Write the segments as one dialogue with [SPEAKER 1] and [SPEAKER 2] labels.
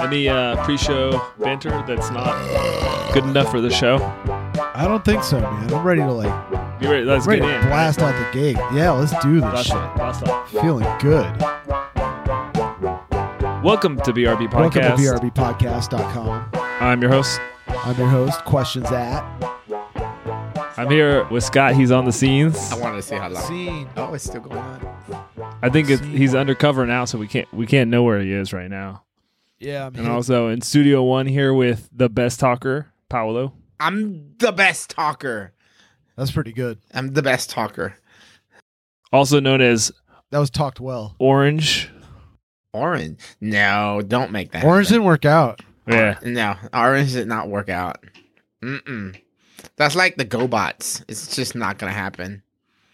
[SPEAKER 1] any uh, pre-show banter that's not good enough for the show?
[SPEAKER 2] I don't think so, man. I'm ready to like
[SPEAKER 1] You ready? Let's
[SPEAKER 2] ready
[SPEAKER 1] get
[SPEAKER 2] to
[SPEAKER 1] in.
[SPEAKER 2] blast out the gate. Yeah, let's do
[SPEAKER 1] Blast
[SPEAKER 2] this. Shit.
[SPEAKER 1] off, blast off.
[SPEAKER 2] Feeling good.
[SPEAKER 1] Welcome to BRB
[SPEAKER 2] Welcome to
[SPEAKER 1] Podcast.
[SPEAKER 2] brbpodcast.com.
[SPEAKER 1] I'm your host.
[SPEAKER 2] I'm your host. Questions at
[SPEAKER 1] I'm here with Scott. He's on the scenes.
[SPEAKER 3] I wanted to see how long.
[SPEAKER 2] scene.
[SPEAKER 3] Oh, it's still going on.
[SPEAKER 1] I think it's, he's undercover now, so we can't we can't know where he is right now.
[SPEAKER 2] Yeah,
[SPEAKER 1] And also in Studio One here with the best talker, Paolo.
[SPEAKER 3] I'm the best talker.
[SPEAKER 2] that's pretty good.
[SPEAKER 3] I'm the best talker.
[SPEAKER 1] also known as
[SPEAKER 2] That was talked well.
[SPEAKER 1] Orange.
[SPEAKER 3] Orange. No, don't make that.
[SPEAKER 2] Orange
[SPEAKER 3] happen.
[SPEAKER 2] didn't work out.
[SPEAKER 1] Yeah,
[SPEAKER 3] No, orange did not work out. Mm-mm. That's like the GoBots. It's just not gonna happen.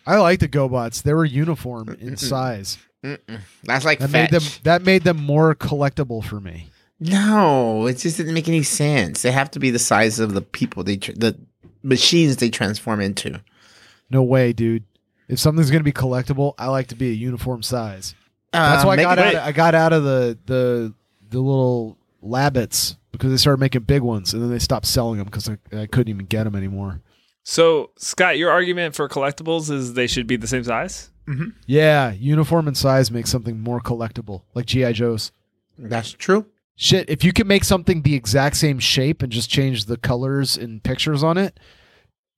[SPEAKER 2] I like the GoBots. They were uniform in
[SPEAKER 3] Mhm.
[SPEAKER 2] size.
[SPEAKER 3] Mm-mm. That's like
[SPEAKER 2] That
[SPEAKER 3] fetch.
[SPEAKER 2] made them that made them more collectible for me.
[SPEAKER 3] no, it just didn't make any sense. They have to be the size of the people they tr- the machines they transform into.
[SPEAKER 2] No way, dude. If something's gonna be collectible, I like to be a uniform size. That's
[SPEAKER 3] Uh,
[SPEAKER 2] why I
[SPEAKER 3] make
[SPEAKER 2] got
[SPEAKER 3] it-
[SPEAKER 2] out. I got out of the the the little labbits because they started making big ones, and then they stopped selling them because I, I couldn't even get them anymore.
[SPEAKER 1] So, Scott, your argument for collectibles is they should be the same size?
[SPEAKER 2] Yeah, uniform and size makes something more collectible, like GI Joes.
[SPEAKER 3] That's true.
[SPEAKER 2] Shit, if you can make something the exact same shape and just change the colors and pictures on it,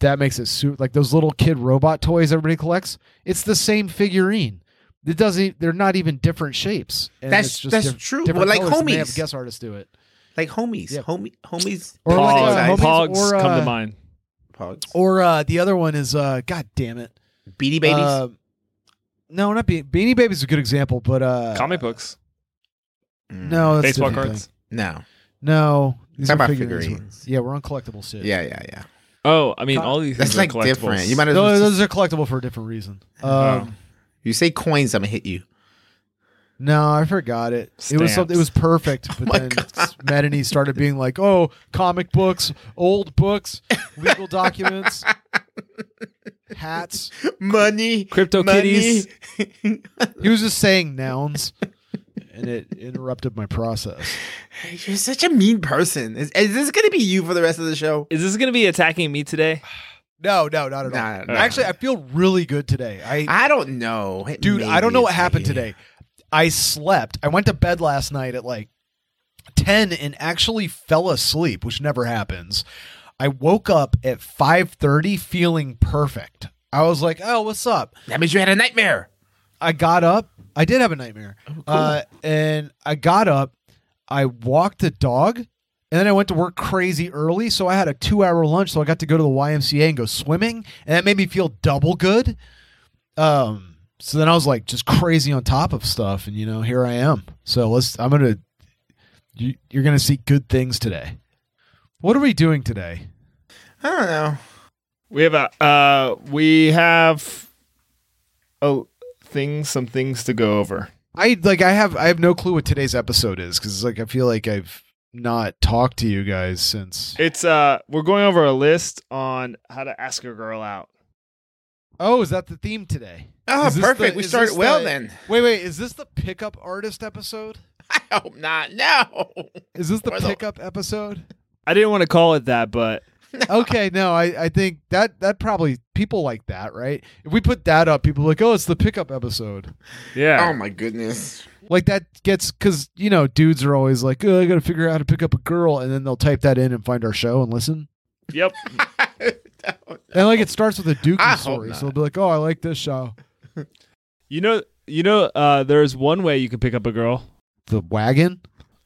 [SPEAKER 2] that makes it suit like those little kid robot toys everybody collects. It's the same figurine. It doesn't. e, They're not even different shapes. And
[SPEAKER 3] That's-
[SPEAKER 2] it's just
[SPEAKER 3] that's
[SPEAKER 2] diff-
[SPEAKER 3] true.
[SPEAKER 2] different
[SPEAKER 3] Well, like
[SPEAKER 2] colors, and they
[SPEAKER 3] homies.
[SPEAKER 2] have guest artists do it.
[SPEAKER 3] Like homies,
[SPEAKER 2] Yeah.
[SPEAKER 3] homie, homies.
[SPEAKER 2] Or
[SPEAKER 1] Pogs,
[SPEAKER 2] like,
[SPEAKER 3] Pogs.
[SPEAKER 2] uh, homies
[SPEAKER 1] Pogs
[SPEAKER 2] or,
[SPEAKER 1] come to
[SPEAKER 2] uh,
[SPEAKER 1] mind.
[SPEAKER 3] Pogs.
[SPEAKER 2] Or uh, the other one is, uh, God damn it,
[SPEAKER 3] Beady babies.
[SPEAKER 2] Uh, no, not Be- Beanie Babies is a good example, but uh,
[SPEAKER 1] Comic books,
[SPEAKER 3] Mm.
[SPEAKER 2] No, that's a
[SPEAKER 1] baseball
[SPEAKER 2] different
[SPEAKER 1] cards.
[SPEAKER 2] thing.
[SPEAKER 3] No.
[SPEAKER 2] No, these
[SPEAKER 3] Talking
[SPEAKER 2] are
[SPEAKER 3] about
[SPEAKER 2] figurines.
[SPEAKER 3] figurines.
[SPEAKER 2] Yeah, we're on collectible shit.
[SPEAKER 3] Yeah, yeah, yeah.
[SPEAKER 1] Oh, I mean,
[SPEAKER 2] Co-
[SPEAKER 1] all these
[SPEAKER 3] That's
[SPEAKER 1] things
[SPEAKER 3] like
[SPEAKER 1] are collectibles.
[SPEAKER 3] different. You might as well.
[SPEAKER 2] No, those are collectible for a different reason. Um,
[SPEAKER 1] Oh.
[SPEAKER 3] you say coins, I'm gonna hit you.
[SPEAKER 2] No, I forgot it. It was something. It was perfect, but
[SPEAKER 3] Oh my
[SPEAKER 2] then
[SPEAKER 3] God.
[SPEAKER 2] Matt and he started being like, "Oh, comic books, old books, legal documents, hats."
[SPEAKER 3] Money,
[SPEAKER 1] Crypto kitties.
[SPEAKER 2] He was just saying nouns, and it interrupted my process.
[SPEAKER 3] You're such a mean person. Is, is this gonna be you for the rest of the show?
[SPEAKER 1] Is this going to be attacking me today?
[SPEAKER 2] No, no, not at all.
[SPEAKER 3] Nah, nah,
[SPEAKER 2] Actually, I feel really good today. I
[SPEAKER 3] I don't know, It
[SPEAKER 2] dude
[SPEAKER 3] may
[SPEAKER 2] i don't know
[SPEAKER 3] be
[SPEAKER 2] what happened
[SPEAKER 3] attacking
[SPEAKER 2] today i slept i went to bed last night at like 10 and actually fell asleep which never happens i woke up at 5.30 feeling perfect i was like oh what's up
[SPEAKER 3] you. That means you had a nightmare.
[SPEAKER 2] i got up i did have a nightmare uh, and i got up i walked the dog and then i went to work crazy early so i had a two hour lunch so i got to go to the ymca and go swimming and that made me feel double good um so then i was like just crazy on top of stuff and you know here i am so let's i'm gonna you, you're gonna see good things today what are we doing today
[SPEAKER 3] I don't know.
[SPEAKER 1] We have a uh, we have a thing, some things to go over.
[SPEAKER 2] i like i have i have no clue what today's episode is because like i feel like i've not talked to you guys since
[SPEAKER 1] It's uh, we're going over a list on how to ask a girl out.
[SPEAKER 2] oh is that the theme today
[SPEAKER 3] Oh,
[SPEAKER 2] Is this
[SPEAKER 3] perfect.
[SPEAKER 2] the-
[SPEAKER 3] we
[SPEAKER 2] is
[SPEAKER 3] started
[SPEAKER 2] this
[SPEAKER 3] well
[SPEAKER 2] the-
[SPEAKER 3] then.
[SPEAKER 2] wait wait is this the pickup artist episode
[SPEAKER 3] I hope not. No.
[SPEAKER 2] is this the
[SPEAKER 3] Or the-
[SPEAKER 2] pickup episode
[SPEAKER 1] I didn't want to call it that, but
[SPEAKER 2] okay, no, I, I think that that probably people like that, right? If we put that up, people are like, oh, it's the pickup episode.
[SPEAKER 1] yeah,
[SPEAKER 3] Oh my goodness.
[SPEAKER 2] Like that gets because you know dudes are always like, oh, I got to figure out how to pick up a girl, and then they'll type that in and find our show and listen.
[SPEAKER 1] yep.
[SPEAKER 2] And like it starts with a Dookie
[SPEAKER 3] I hope
[SPEAKER 2] story, so
[SPEAKER 3] not.
[SPEAKER 2] they'll be like, oh, I like this show.
[SPEAKER 1] You know, you know, uh, there's one way you can pick up a girl
[SPEAKER 2] The wagon.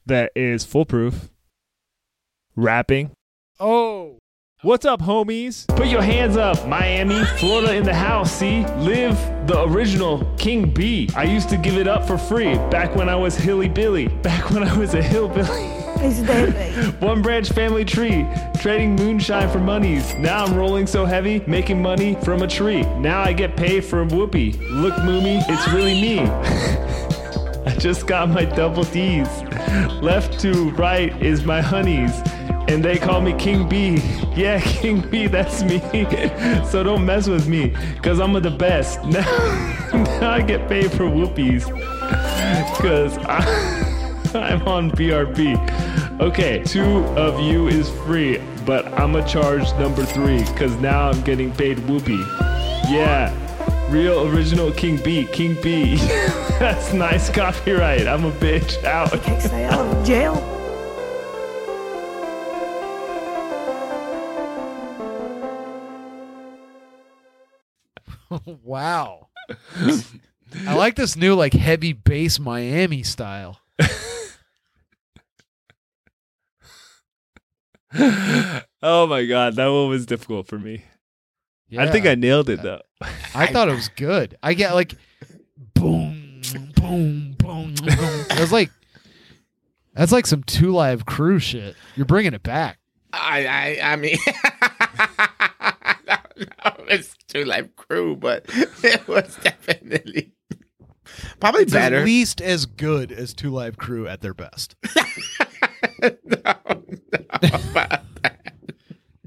[SPEAKER 1] that is foolproof. Rapping.
[SPEAKER 2] Oh,
[SPEAKER 1] What's up, homies? Put your hands up, Miami, Florida in the house. See, live the original King B. I used to give it up for free back when I was hilly billy. Back when I was a hillbilly.
[SPEAKER 4] Is that
[SPEAKER 1] One branch family tree, trading moonshine for monies. Now I'm rolling so heavy, making money from a tree. Now I get paid for whoopee. Look, Moomy, it's really me. I just got my double D's. Left to right is my honeys. And they call me King B. Yeah, King B, that's me. so don't mess with me, cause I'm the best. Now, now I get paid for whoopies. Cause I. I'm on BRB. Okay, two of you is free, but I'm a charge number three because now I'm getting paid whoopee. Yeah, real original King B. King B. That's nice copyright. I'm a bitch. Out.
[SPEAKER 4] Takes that out of jail.
[SPEAKER 2] wow. I like this new like heavy bass Miami style.
[SPEAKER 1] oh my god, that one was difficult for me. I think
[SPEAKER 2] Yeah.
[SPEAKER 1] I nailed it though.
[SPEAKER 2] I thought it was good. I get like boom, boom, boom, boom. That's like that's like some two live crew shit. You're bringing it back.
[SPEAKER 3] I, I, I mean, no, no, it's Two Life Crew, but it was definitely probably
[SPEAKER 2] It's
[SPEAKER 3] better.
[SPEAKER 2] at least as good as two live crew at their best.
[SPEAKER 3] no,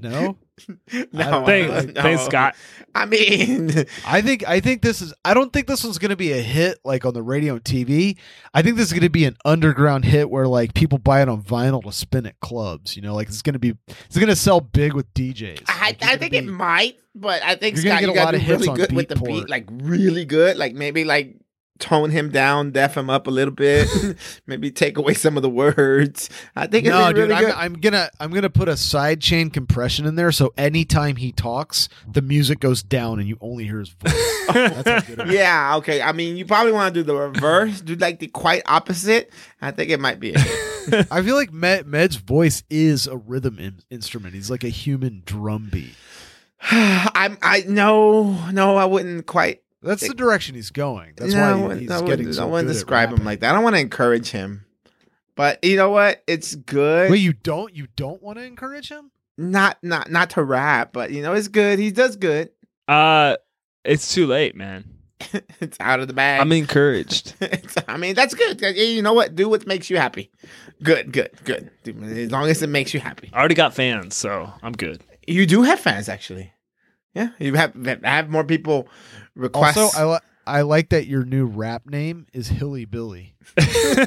[SPEAKER 2] No,
[SPEAKER 3] no,
[SPEAKER 1] Thanks,
[SPEAKER 3] no.
[SPEAKER 1] thanks, Scott.
[SPEAKER 3] I mean,
[SPEAKER 2] I think I think this is. I don't think this one's going to be a hit like on the radio and TV. I think this is going to be an underground hit where like people buy it on vinyl to spin at clubs. You know, like it's going to be it's going to sell big with DJs.
[SPEAKER 3] I,
[SPEAKER 2] Like, you're
[SPEAKER 3] I
[SPEAKER 2] gonna
[SPEAKER 3] think it
[SPEAKER 2] be-
[SPEAKER 3] might, but I think
[SPEAKER 2] You're gonna
[SPEAKER 3] Scott,
[SPEAKER 2] get
[SPEAKER 3] you
[SPEAKER 2] a lot
[SPEAKER 3] gotta
[SPEAKER 2] of
[SPEAKER 3] be
[SPEAKER 2] hits
[SPEAKER 3] really
[SPEAKER 2] on
[SPEAKER 3] good with the
[SPEAKER 2] Beatport.
[SPEAKER 3] beat, like really good, like maybe like tone him down, deaf him up a little bit, maybe take away some of the words. I think it's
[SPEAKER 2] No,
[SPEAKER 3] really
[SPEAKER 2] dude,
[SPEAKER 3] good.
[SPEAKER 2] I'm, I'm gonna I'm gonna put a sidechain compression in there, so anytime he talks, the music goes down and you only hear his voice. That's how good it is.
[SPEAKER 3] yeah, okay. I mean, you probably want to do the reverse, do like the quite opposite. I think it might be. a hit.
[SPEAKER 2] I feel like Med, Med's voice is a rhythm in- instrument. He's like a human drum beat.
[SPEAKER 3] I'm. I no, no. I wouldn't quite.
[SPEAKER 2] That's the direction he's going. That's
[SPEAKER 3] no, I
[SPEAKER 2] why
[SPEAKER 3] wouldn't-
[SPEAKER 2] he- he's
[SPEAKER 3] I
[SPEAKER 2] getting
[SPEAKER 3] wouldn't,
[SPEAKER 2] so
[SPEAKER 3] I wouldn't
[SPEAKER 2] good at
[SPEAKER 3] describe him
[SPEAKER 2] rapping.
[SPEAKER 3] like that. I don't want to encourage him, but you know what? It's good.
[SPEAKER 2] Wait, you don't you don't want to encourage him?
[SPEAKER 3] not not not to rap, but you know it's good. He does good.
[SPEAKER 1] Uh, it's too late, man.
[SPEAKER 3] It's out of the bag.
[SPEAKER 1] I'm encouraged.
[SPEAKER 3] It's- I mean, that's good. Like, You know what? Do what makes you happy. Good, good, good. Do- As long as it makes you happy.
[SPEAKER 1] I already got fans, so I'm good.
[SPEAKER 3] You do have fans, actually. Yeah, you have have more people request.
[SPEAKER 2] Also, I li- I like that your new rap name is Hilly Billy.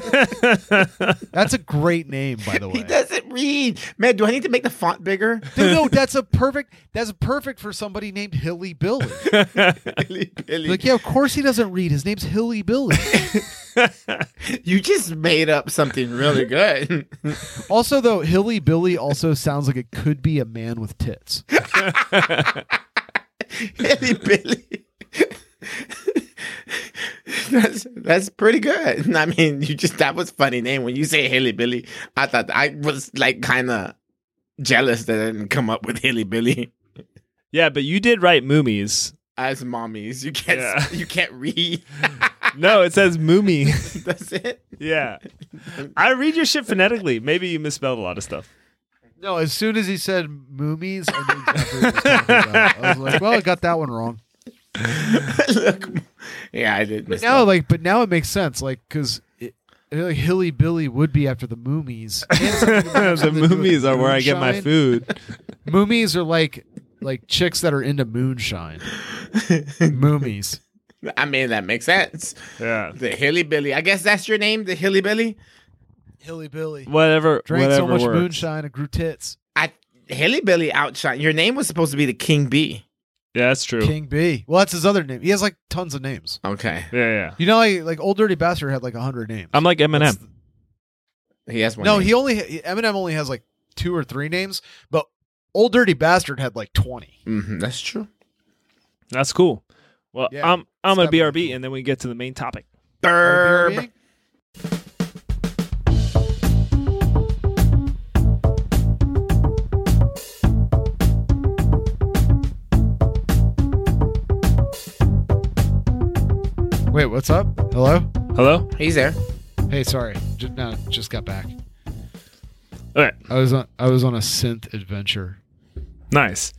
[SPEAKER 2] That's a great name, by the way.
[SPEAKER 3] he doesn't read. Man, do I need to make the font bigger?
[SPEAKER 2] Dude, no, that's a perfect. That's perfect for somebody named Hilly Billy.
[SPEAKER 3] Billy, Billy.
[SPEAKER 2] Like, yeah, of course he doesn't read. His name's Hilly Billy.
[SPEAKER 3] You just made up something really good.
[SPEAKER 2] also, though, Hilly Billy also sounds like it could be a man with tits.
[SPEAKER 3] Billy, Billy. That's that's pretty good. I mean, you just that was a funny name when you say Haley Billy. I thought I was like kind of jealous that I didn't come up with Haley Billy
[SPEAKER 1] yeah, but you did write Moomies.
[SPEAKER 3] as mommies. You can't
[SPEAKER 1] Yeah.
[SPEAKER 3] you can't read.
[SPEAKER 1] No, it says Moomie.
[SPEAKER 3] that's it.
[SPEAKER 1] yeah. I read your shit phonetically. Maybe you misspelled a lot of stuff.
[SPEAKER 2] No, as soon as he said moomies, I knew exactly what he was talking about. I was like, well, I got that one wrong.
[SPEAKER 3] Look, yeah, I did. miss
[SPEAKER 2] Now,
[SPEAKER 3] that.
[SPEAKER 2] like, but now it makes sense, like, because. like Hilly Billy would be after the Moomies. And something
[SPEAKER 1] the
[SPEAKER 2] to do with
[SPEAKER 1] Moomies are where I get my
[SPEAKER 2] moonshine.
[SPEAKER 1] food.
[SPEAKER 2] Moomies are like like chicks that are into moonshine. Moomies.
[SPEAKER 3] I mean, that makes sense.
[SPEAKER 1] Yeah.
[SPEAKER 3] The Hilly Billy. I guess that's your name, the Hilly Billy.
[SPEAKER 2] Hilly Billy.
[SPEAKER 1] Whatever.
[SPEAKER 2] Drank
[SPEAKER 1] whatever
[SPEAKER 2] so much
[SPEAKER 1] works.
[SPEAKER 2] moonshine, it grew tits.
[SPEAKER 3] I Hilly Billy outshine. Your name was supposed to be the King B.
[SPEAKER 1] Yeah, that's true.
[SPEAKER 2] King B. Well, that's his other name. He has like tons of names.
[SPEAKER 3] Okay,
[SPEAKER 1] Yeah, yeah.
[SPEAKER 2] You know, like, like old dirty bastard had like hundred names.
[SPEAKER 1] I'm like Eminem.
[SPEAKER 3] he has one.
[SPEAKER 2] no,
[SPEAKER 3] name.
[SPEAKER 2] he only Eminem only has like two or three names, but old dirty bastard had like twenty.
[SPEAKER 3] Mhm, that's true.
[SPEAKER 1] That's cool. Well,
[SPEAKER 2] Yeah.
[SPEAKER 1] I'm I'm a
[SPEAKER 2] Stop it.
[SPEAKER 1] BRB, and then we get to the main topic.
[SPEAKER 3] Burb.
[SPEAKER 2] Wait, what's up? Hello?
[SPEAKER 1] Hello.
[SPEAKER 3] He's there.
[SPEAKER 2] Hey, sorry. Just now just got back.
[SPEAKER 1] All right.
[SPEAKER 2] I was on I was on a synth adventure.
[SPEAKER 1] Nice.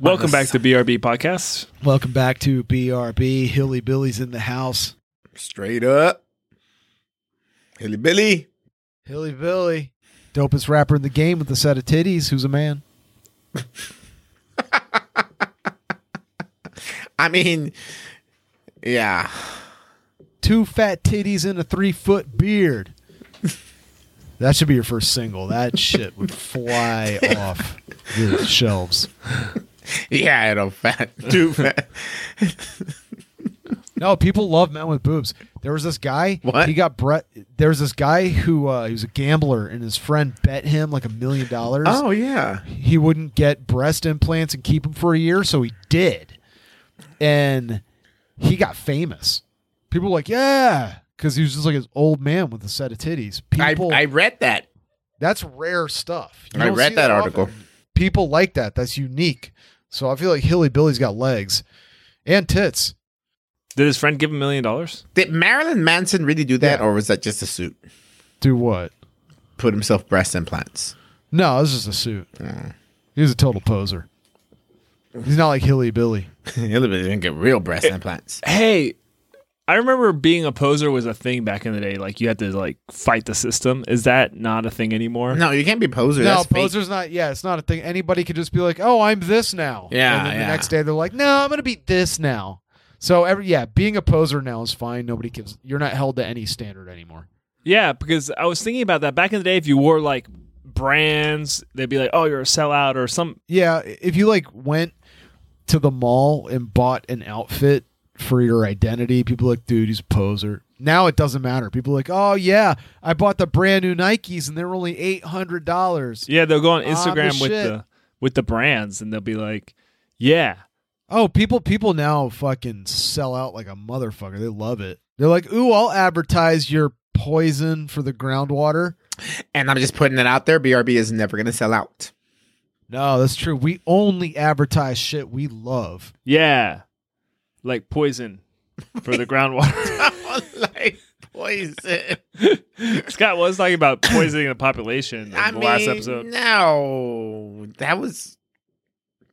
[SPEAKER 1] Welcome back to BRB podcast.
[SPEAKER 2] Welcome back to BRB. Hilly Billy's in the house.
[SPEAKER 3] Straight up. Hilly Billy.
[SPEAKER 2] Hilly Billy, dopest rapper in the game with a set of titties. Who's a man?
[SPEAKER 3] I mean, yeah.
[SPEAKER 2] Two fat titties and a three foot beard. That should be your first single. That shit would fly off the shelves.
[SPEAKER 3] Yeah, it'll fat too fat.
[SPEAKER 2] No, people love men with boobs. There was this guy.
[SPEAKER 3] What?
[SPEAKER 2] He got Brett. There was this guy who uh, he was a gambler, and his friend bet him like a million dollars.
[SPEAKER 3] Oh yeah.
[SPEAKER 2] he wouldn't get breast implants and keep them for a year, so he did. And he got famous. People were like, yeah, because he was just like an old man with a set of titties.
[SPEAKER 3] I,
[SPEAKER 2] People,
[SPEAKER 3] I read that.
[SPEAKER 2] that's rare stuff. You
[SPEAKER 3] I
[SPEAKER 2] don't
[SPEAKER 3] read
[SPEAKER 2] see
[SPEAKER 3] that article.
[SPEAKER 2] often. People like that. That's unique. So I feel like Hilly Billy's got legs and tits.
[SPEAKER 1] Did his friend give him a million dollars?
[SPEAKER 3] Did Marilyn Manson really do that,
[SPEAKER 2] Yeah.
[SPEAKER 3] or was that just a suit?
[SPEAKER 2] Do what?
[SPEAKER 3] Put himself breast implants.
[SPEAKER 2] No, this is a suit.
[SPEAKER 3] Mm.
[SPEAKER 2] He was a total poser. He's not like Hilly Billy.
[SPEAKER 3] He'll didn't get real breast implants.
[SPEAKER 1] Hey, I remember being a poser was a thing back in the day. Like you had to like fight the system. Is that not a thing anymore?
[SPEAKER 3] No, you can't be poser.
[SPEAKER 2] No,
[SPEAKER 3] That's fake.
[SPEAKER 2] poser's not. Yeah, it's not a thing. Anybody could just be like, "Oh, I'm this now."
[SPEAKER 3] Yeah,
[SPEAKER 2] And then
[SPEAKER 3] yeah.
[SPEAKER 2] the next day they're like, "No, I'm gonna be this now." So every yeah, being a poser now is fine. Nobody gives. You're not held to any standard anymore.
[SPEAKER 1] Yeah, because I was thinking about that back in the day. If you wore like brands, they'd be like, "Oh, you're a sellout" or some.
[SPEAKER 2] Yeah, if you like went to the mall and bought an outfit for your identity, people are like, dude, he's a poser. Now it doesn't matter. People are like, oh yeah, I bought the brand new Nikes and they're only eight hundred dollars.
[SPEAKER 1] Yeah, they'll go on
[SPEAKER 2] Ah,
[SPEAKER 1] Instagram
[SPEAKER 2] the
[SPEAKER 1] with
[SPEAKER 2] shit.
[SPEAKER 1] the with the brands, and they'll be like, "Yeah,
[SPEAKER 2] Oh, people people now fucking sell out like a motherfucker. They love it. They're like, "Ooh, I'll advertise your poison for the groundwater."
[SPEAKER 3] And I'm just putting it out there. BRB is never going to sell out.
[SPEAKER 2] No, that's true. We only advertise shit we love.
[SPEAKER 1] yeah," like poison for the groundwater.
[SPEAKER 3] like poison.
[SPEAKER 1] Scott was talking about poisoning the population in
[SPEAKER 3] I
[SPEAKER 1] the
[SPEAKER 3] mean,
[SPEAKER 1] last episode.
[SPEAKER 3] no, that was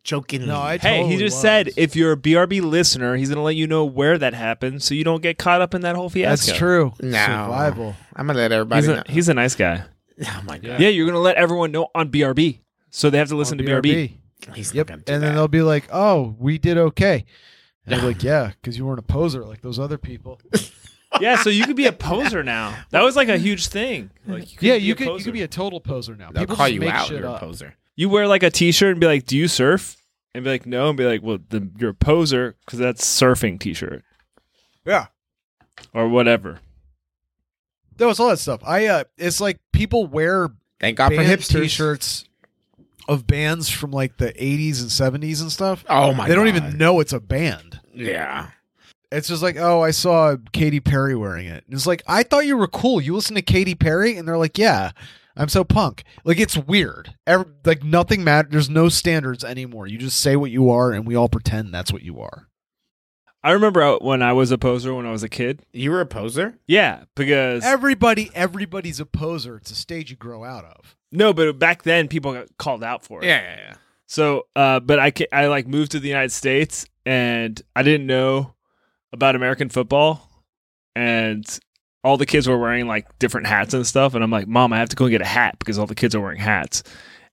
[SPEAKER 3] joking.
[SPEAKER 2] No, I
[SPEAKER 1] Hey,
[SPEAKER 2] totally
[SPEAKER 1] he just
[SPEAKER 2] was.
[SPEAKER 1] said if you're a BRB listener, he's going to let you know where that happened so you don't get caught up in that whole
[SPEAKER 2] That's
[SPEAKER 1] fiasco.
[SPEAKER 2] true.
[SPEAKER 3] No.
[SPEAKER 2] Survival.
[SPEAKER 3] I'm gonna let everybody
[SPEAKER 1] He's
[SPEAKER 3] know.
[SPEAKER 1] a, he's a nice guy.
[SPEAKER 3] oh my god,
[SPEAKER 1] Yeah, you're going to let everyone know on BRB. So they have to listen
[SPEAKER 2] On
[SPEAKER 1] to BRB.
[SPEAKER 3] he's
[SPEAKER 2] Yep.
[SPEAKER 3] not
[SPEAKER 2] And
[SPEAKER 3] gonna
[SPEAKER 2] then
[SPEAKER 3] do that.
[SPEAKER 2] they'll be like, "Oh, we did okay." And they're like, "Yeah, cuz you weren't a poser like those other people."
[SPEAKER 1] yeah, so you could be a poser now. That was like a huge thing. Like you could
[SPEAKER 2] yeah,
[SPEAKER 1] be
[SPEAKER 2] you
[SPEAKER 1] a
[SPEAKER 2] could you
[SPEAKER 1] poser.
[SPEAKER 2] could be a total poser now.
[SPEAKER 3] They'll
[SPEAKER 2] people
[SPEAKER 3] call
[SPEAKER 2] just
[SPEAKER 3] you
[SPEAKER 2] make
[SPEAKER 3] out.
[SPEAKER 2] shit
[SPEAKER 3] You're a
[SPEAKER 2] up.
[SPEAKER 3] poser.
[SPEAKER 1] you wear like a t-shirt and be like, "Do you surf?" And be like, "No," and be like, "Well, the, you're a poser because that's surfing t-shirt."
[SPEAKER 2] Yeah.
[SPEAKER 1] or whatever.
[SPEAKER 2] No, it's all that stuff. I uh it's like people wear
[SPEAKER 3] Thank God for
[SPEAKER 2] band
[SPEAKER 3] hipsters.
[SPEAKER 2] t-shirts of bands from like the 80s and 70s and stuff.
[SPEAKER 3] Oh my!
[SPEAKER 2] they don't
[SPEAKER 3] God.
[SPEAKER 2] even know it's a band.
[SPEAKER 3] Yeah.
[SPEAKER 2] It's just like, oh, I saw Katy Perry wearing it. And it's like, I thought you were cool. You listen to Katy Perry, and they're like, yeah, I'm so punk. Like it's weird. Every, like nothing matters. There's no standards anymore. You just say what you are, and we all pretend that's what you are.
[SPEAKER 1] I remember I- when I was a poser when I was a kid.
[SPEAKER 3] You were a poser.
[SPEAKER 1] Yeah, because
[SPEAKER 2] Everybody, everybody's a poser. It's a stage you grow out of.
[SPEAKER 1] no, but back then people got called out for it.
[SPEAKER 3] Yeah, yeah,
[SPEAKER 1] So, uh, but I ca- I like moved to the United States and I didn't know about American football, and all the kids were wearing like different hats and stuff, and I'm like, Mom, I have to go and get a hat because all the kids are wearing hats,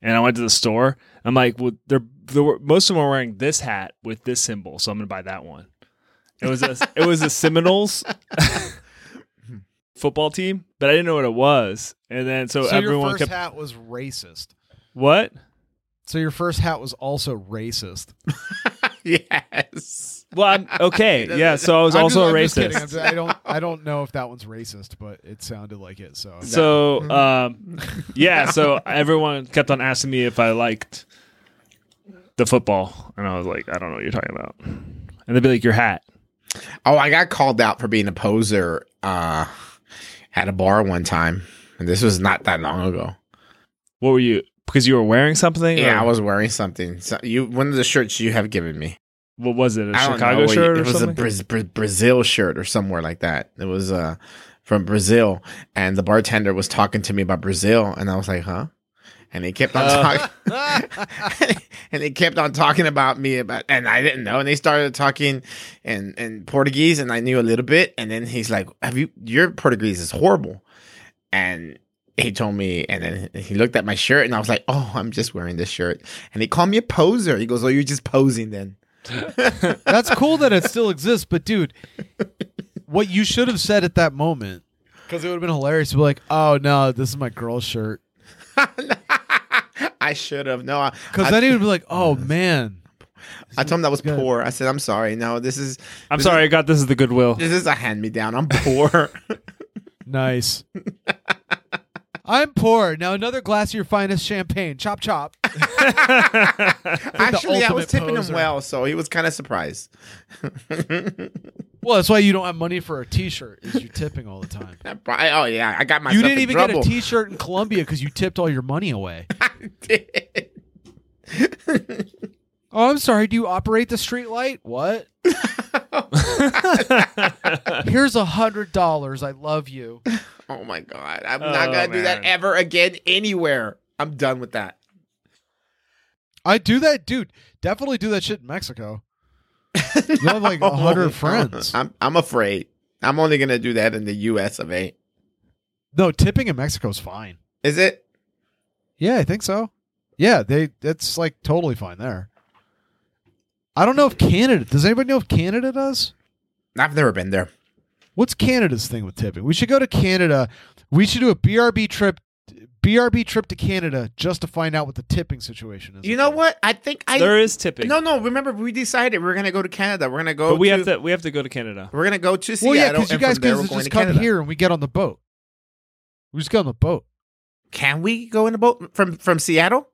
[SPEAKER 1] and I went to the store. I'm like, well, they're, they're most of them are wearing this hat with this symbol, so I'm gonna buy that one. It was a it was the Seminoles football team, but I didn't know what it was, and then so,
[SPEAKER 2] So,
[SPEAKER 1] everyone
[SPEAKER 2] your first
[SPEAKER 1] kept
[SPEAKER 2] hat was racist.
[SPEAKER 1] what.
[SPEAKER 2] So your first hat was also racist.
[SPEAKER 3] yeah. yes.
[SPEAKER 1] Well, I'm okay. Yeah, so I was
[SPEAKER 2] I'm
[SPEAKER 1] also
[SPEAKER 2] just- I'm
[SPEAKER 1] a
[SPEAKER 2] just
[SPEAKER 1] racist.
[SPEAKER 2] kidding. I'm just- I don't. I don't know if that one's racist, but it sounded like it. So
[SPEAKER 1] So, um, yeah, so everyone kept on asking me if I liked the football, and I was like, I don't know what you're talking about. And they'd be like, your hat.
[SPEAKER 3] Oh, I got called out for being a poser uh, at a bar one time, and this was not that long ago.
[SPEAKER 1] What were you? Because you were wearing something.
[SPEAKER 3] Yeah,
[SPEAKER 1] or
[SPEAKER 3] I was wearing something. So you, one of the shirts you have given me.
[SPEAKER 1] What was it? A
[SPEAKER 3] I don't know
[SPEAKER 1] Chicago
[SPEAKER 3] what you-
[SPEAKER 1] shirt or
[SPEAKER 3] It was
[SPEAKER 1] something?
[SPEAKER 3] a Braz- Bra- Brazil shirt or somewhere like that. It was uh, from Brazil, and the bartender was talking to me about Brazil, and I was like, huh? And he kept on
[SPEAKER 1] Uh.
[SPEAKER 3] talking. and they kept on talking about me about and I didn't know and they started talking in in Portuguese and I knew a little bit and then he's like have you your Portuguese is horrible and he told me and then he looked at my shirt and I was like oh I'm just wearing this shirt and he called me a poser he goes oh you're just posing then
[SPEAKER 2] That's cool that it still exists, but dude, what you should have said at that moment Because it would have been hilarious to be like, oh no, this is my girl shirt.
[SPEAKER 3] I should have. No, I,
[SPEAKER 2] Because
[SPEAKER 3] I,
[SPEAKER 2] then he would be like, oh man.
[SPEAKER 3] I told him that was
[SPEAKER 2] good.
[SPEAKER 3] poor. I said, I'm sorry. No, this is
[SPEAKER 1] I'm sorry, I got this at the Goodwill.
[SPEAKER 3] this is a hand me down. I'm poor.
[SPEAKER 2] Nice. I'm poor. Now another glass of your finest champagne. Chop chop.
[SPEAKER 3] Actually, I was
[SPEAKER 2] ultimate
[SPEAKER 3] tipping
[SPEAKER 2] poser.
[SPEAKER 3] him well, so he was kind of surprised.
[SPEAKER 2] Well, that's why you don't have money for a t-shirt. Is you're tipping all the time.
[SPEAKER 3] I probably- oh yeah, I got myself
[SPEAKER 2] You didn't
[SPEAKER 3] in
[SPEAKER 2] even
[SPEAKER 3] trouble.
[SPEAKER 2] get a t-shirt in Colombia because you tipped all your money away.
[SPEAKER 3] did.
[SPEAKER 2] Oh, I'm sorry. Do you operate the street light? What? Here's a hundred dollars. I love you.
[SPEAKER 3] Oh my god, I'm not
[SPEAKER 1] Oh,
[SPEAKER 3] gonna do that
[SPEAKER 1] man.
[SPEAKER 3] ever again anywhere. I'm done with that.
[SPEAKER 2] I do that, dude. Definitely do that shit in Mexico. You have like a hundred
[SPEAKER 3] No.
[SPEAKER 2] friends.
[SPEAKER 3] Oh I'm I'm afraid. I'm only gonna do that in the U.S. of A.
[SPEAKER 2] No, tipping in Mexico is fine.
[SPEAKER 3] Is it?
[SPEAKER 2] Yeah, I think so. Yeah, they that's like totally fine there. I don't know if Canada does anybody know if Canada does?
[SPEAKER 3] I've never been there.
[SPEAKER 2] What's Canada's thing with tipping? We should go to Canada. We should do a BRB trip BRB trip to Canada just to find out what the tipping situation is.
[SPEAKER 3] You know what? I think I.
[SPEAKER 1] there is tipping.
[SPEAKER 3] no, no. Remember, we decided we are gonna go to Canada. We're gonna go.
[SPEAKER 1] but we
[SPEAKER 3] to,
[SPEAKER 1] have to we have to go to Canada.
[SPEAKER 3] We're gonna go to
[SPEAKER 2] Well,
[SPEAKER 3] Seattle.
[SPEAKER 2] yeah, because you
[SPEAKER 3] and
[SPEAKER 2] guys
[SPEAKER 3] from there
[SPEAKER 2] can
[SPEAKER 3] we're going
[SPEAKER 2] just
[SPEAKER 3] to
[SPEAKER 2] come
[SPEAKER 3] Canada.
[SPEAKER 2] here and we get on the boat. We just get on the boat.
[SPEAKER 3] Can we go in a boat from from Seattle?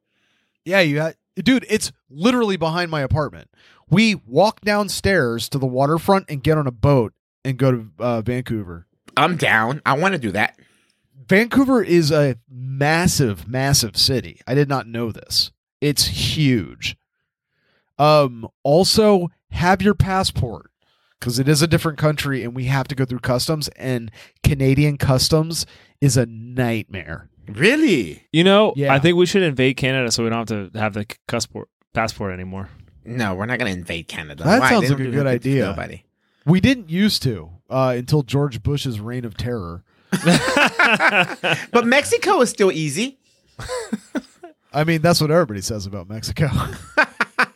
[SPEAKER 2] Yeah, you had, dude. It's literally behind my apartment. We walk downstairs to the waterfront and get on a boat and go to uh, Vancouver.
[SPEAKER 3] I'm down. I want to do that.
[SPEAKER 2] Vancouver is a massive, massive city. I did not know this. It's huge. Um, also, have your passport because it is a different country and we have to go through customs, and Canadian customs is a nightmare.
[SPEAKER 3] Really?
[SPEAKER 1] You know,
[SPEAKER 2] Yeah.
[SPEAKER 1] I think we should invade Canada so we don't have to have the passport passport anymore.
[SPEAKER 3] No, we're not gonna invade Canada.
[SPEAKER 2] That
[SPEAKER 3] Why?
[SPEAKER 2] sounds
[SPEAKER 3] They don't
[SPEAKER 2] like a
[SPEAKER 3] do
[SPEAKER 2] good
[SPEAKER 3] nothing to
[SPEAKER 2] idea.
[SPEAKER 3] Nobody.
[SPEAKER 2] We didn't used to uh, until George Bush's reign of terror.
[SPEAKER 3] But Mexico is still easy.
[SPEAKER 2] I mean, that's what everybody says about Mexico.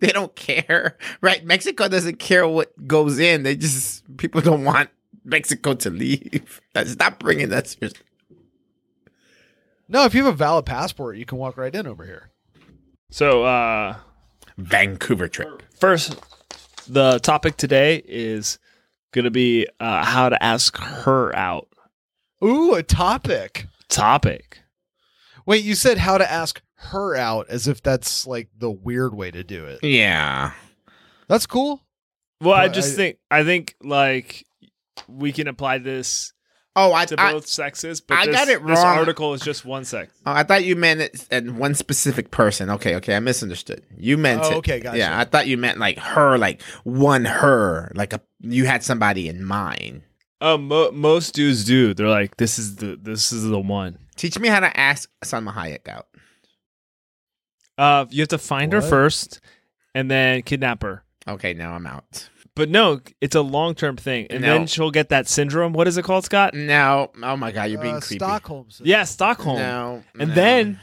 [SPEAKER 3] they don't care, right? Mexico doesn't care what goes in. They just people don't want Mexico to leave. That's not bringing that serious.
[SPEAKER 2] no, if you have a valid passport, you can walk right in over here.
[SPEAKER 1] so uh
[SPEAKER 3] Vancouver trip.
[SPEAKER 1] first the topic today is gonna be uh how to ask her out
[SPEAKER 2] Ooh, a topic.
[SPEAKER 1] topic.
[SPEAKER 2] Wait, you said how to ask her out as if that's like the weird way to do it.
[SPEAKER 3] Yeah.
[SPEAKER 2] That's cool.
[SPEAKER 1] Well, I
[SPEAKER 2] But
[SPEAKER 1] just
[SPEAKER 2] I-
[SPEAKER 1] think I think like we can apply this
[SPEAKER 3] Oh, I
[SPEAKER 1] to
[SPEAKER 3] I,
[SPEAKER 1] both sexes, but
[SPEAKER 3] I
[SPEAKER 1] this,
[SPEAKER 3] got it
[SPEAKER 1] this
[SPEAKER 3] wrong.
[SPEAKER 1] article is just one sex.
[SPEAKER 3] oh, I thought you meant it and one specific person. Okay, okay, I misunderstood. You meant
[SPEAKER 2] Oh,
[SPEAKER 3] it.
[SPEAKER 2] okay, gotcha.
[SPEAKER 3] Yeah, I thought you meant like her, like one her, like a you had somebody in mind.
[SPEAKER 1] Uh, mo- most dudes do. They're like, this is the this is the one.
[SPEAKER 3] Teach me how to ask Salma Hayek out.
[SPEAKER 1] Uh, you have to find her
[SPEAKER 2] What?
[SPEAKER 1] first, and then kidnap her.
[SPEAKER 3] Okay, now I'm out.
[SPEAKER 1] But no, it's a long term thing, and
[SPEAKER 3] No.
[SPEAKER 1] then she'll get that syndrome. What is it called, Scott?
[SPEAKER 3] No, oh my god, you're being
[SPEAKER 2] Uh,
[SPEAKER 3] creepy.
[SPEAKER 2] Stockholm. syndrome.
[SPEAKER 1] Yeah, Stockholm.
[SPEAKER 3] No,
[SPEAKER 1] And
[SPEAKER 3] no.
[SPEAKER 1] then,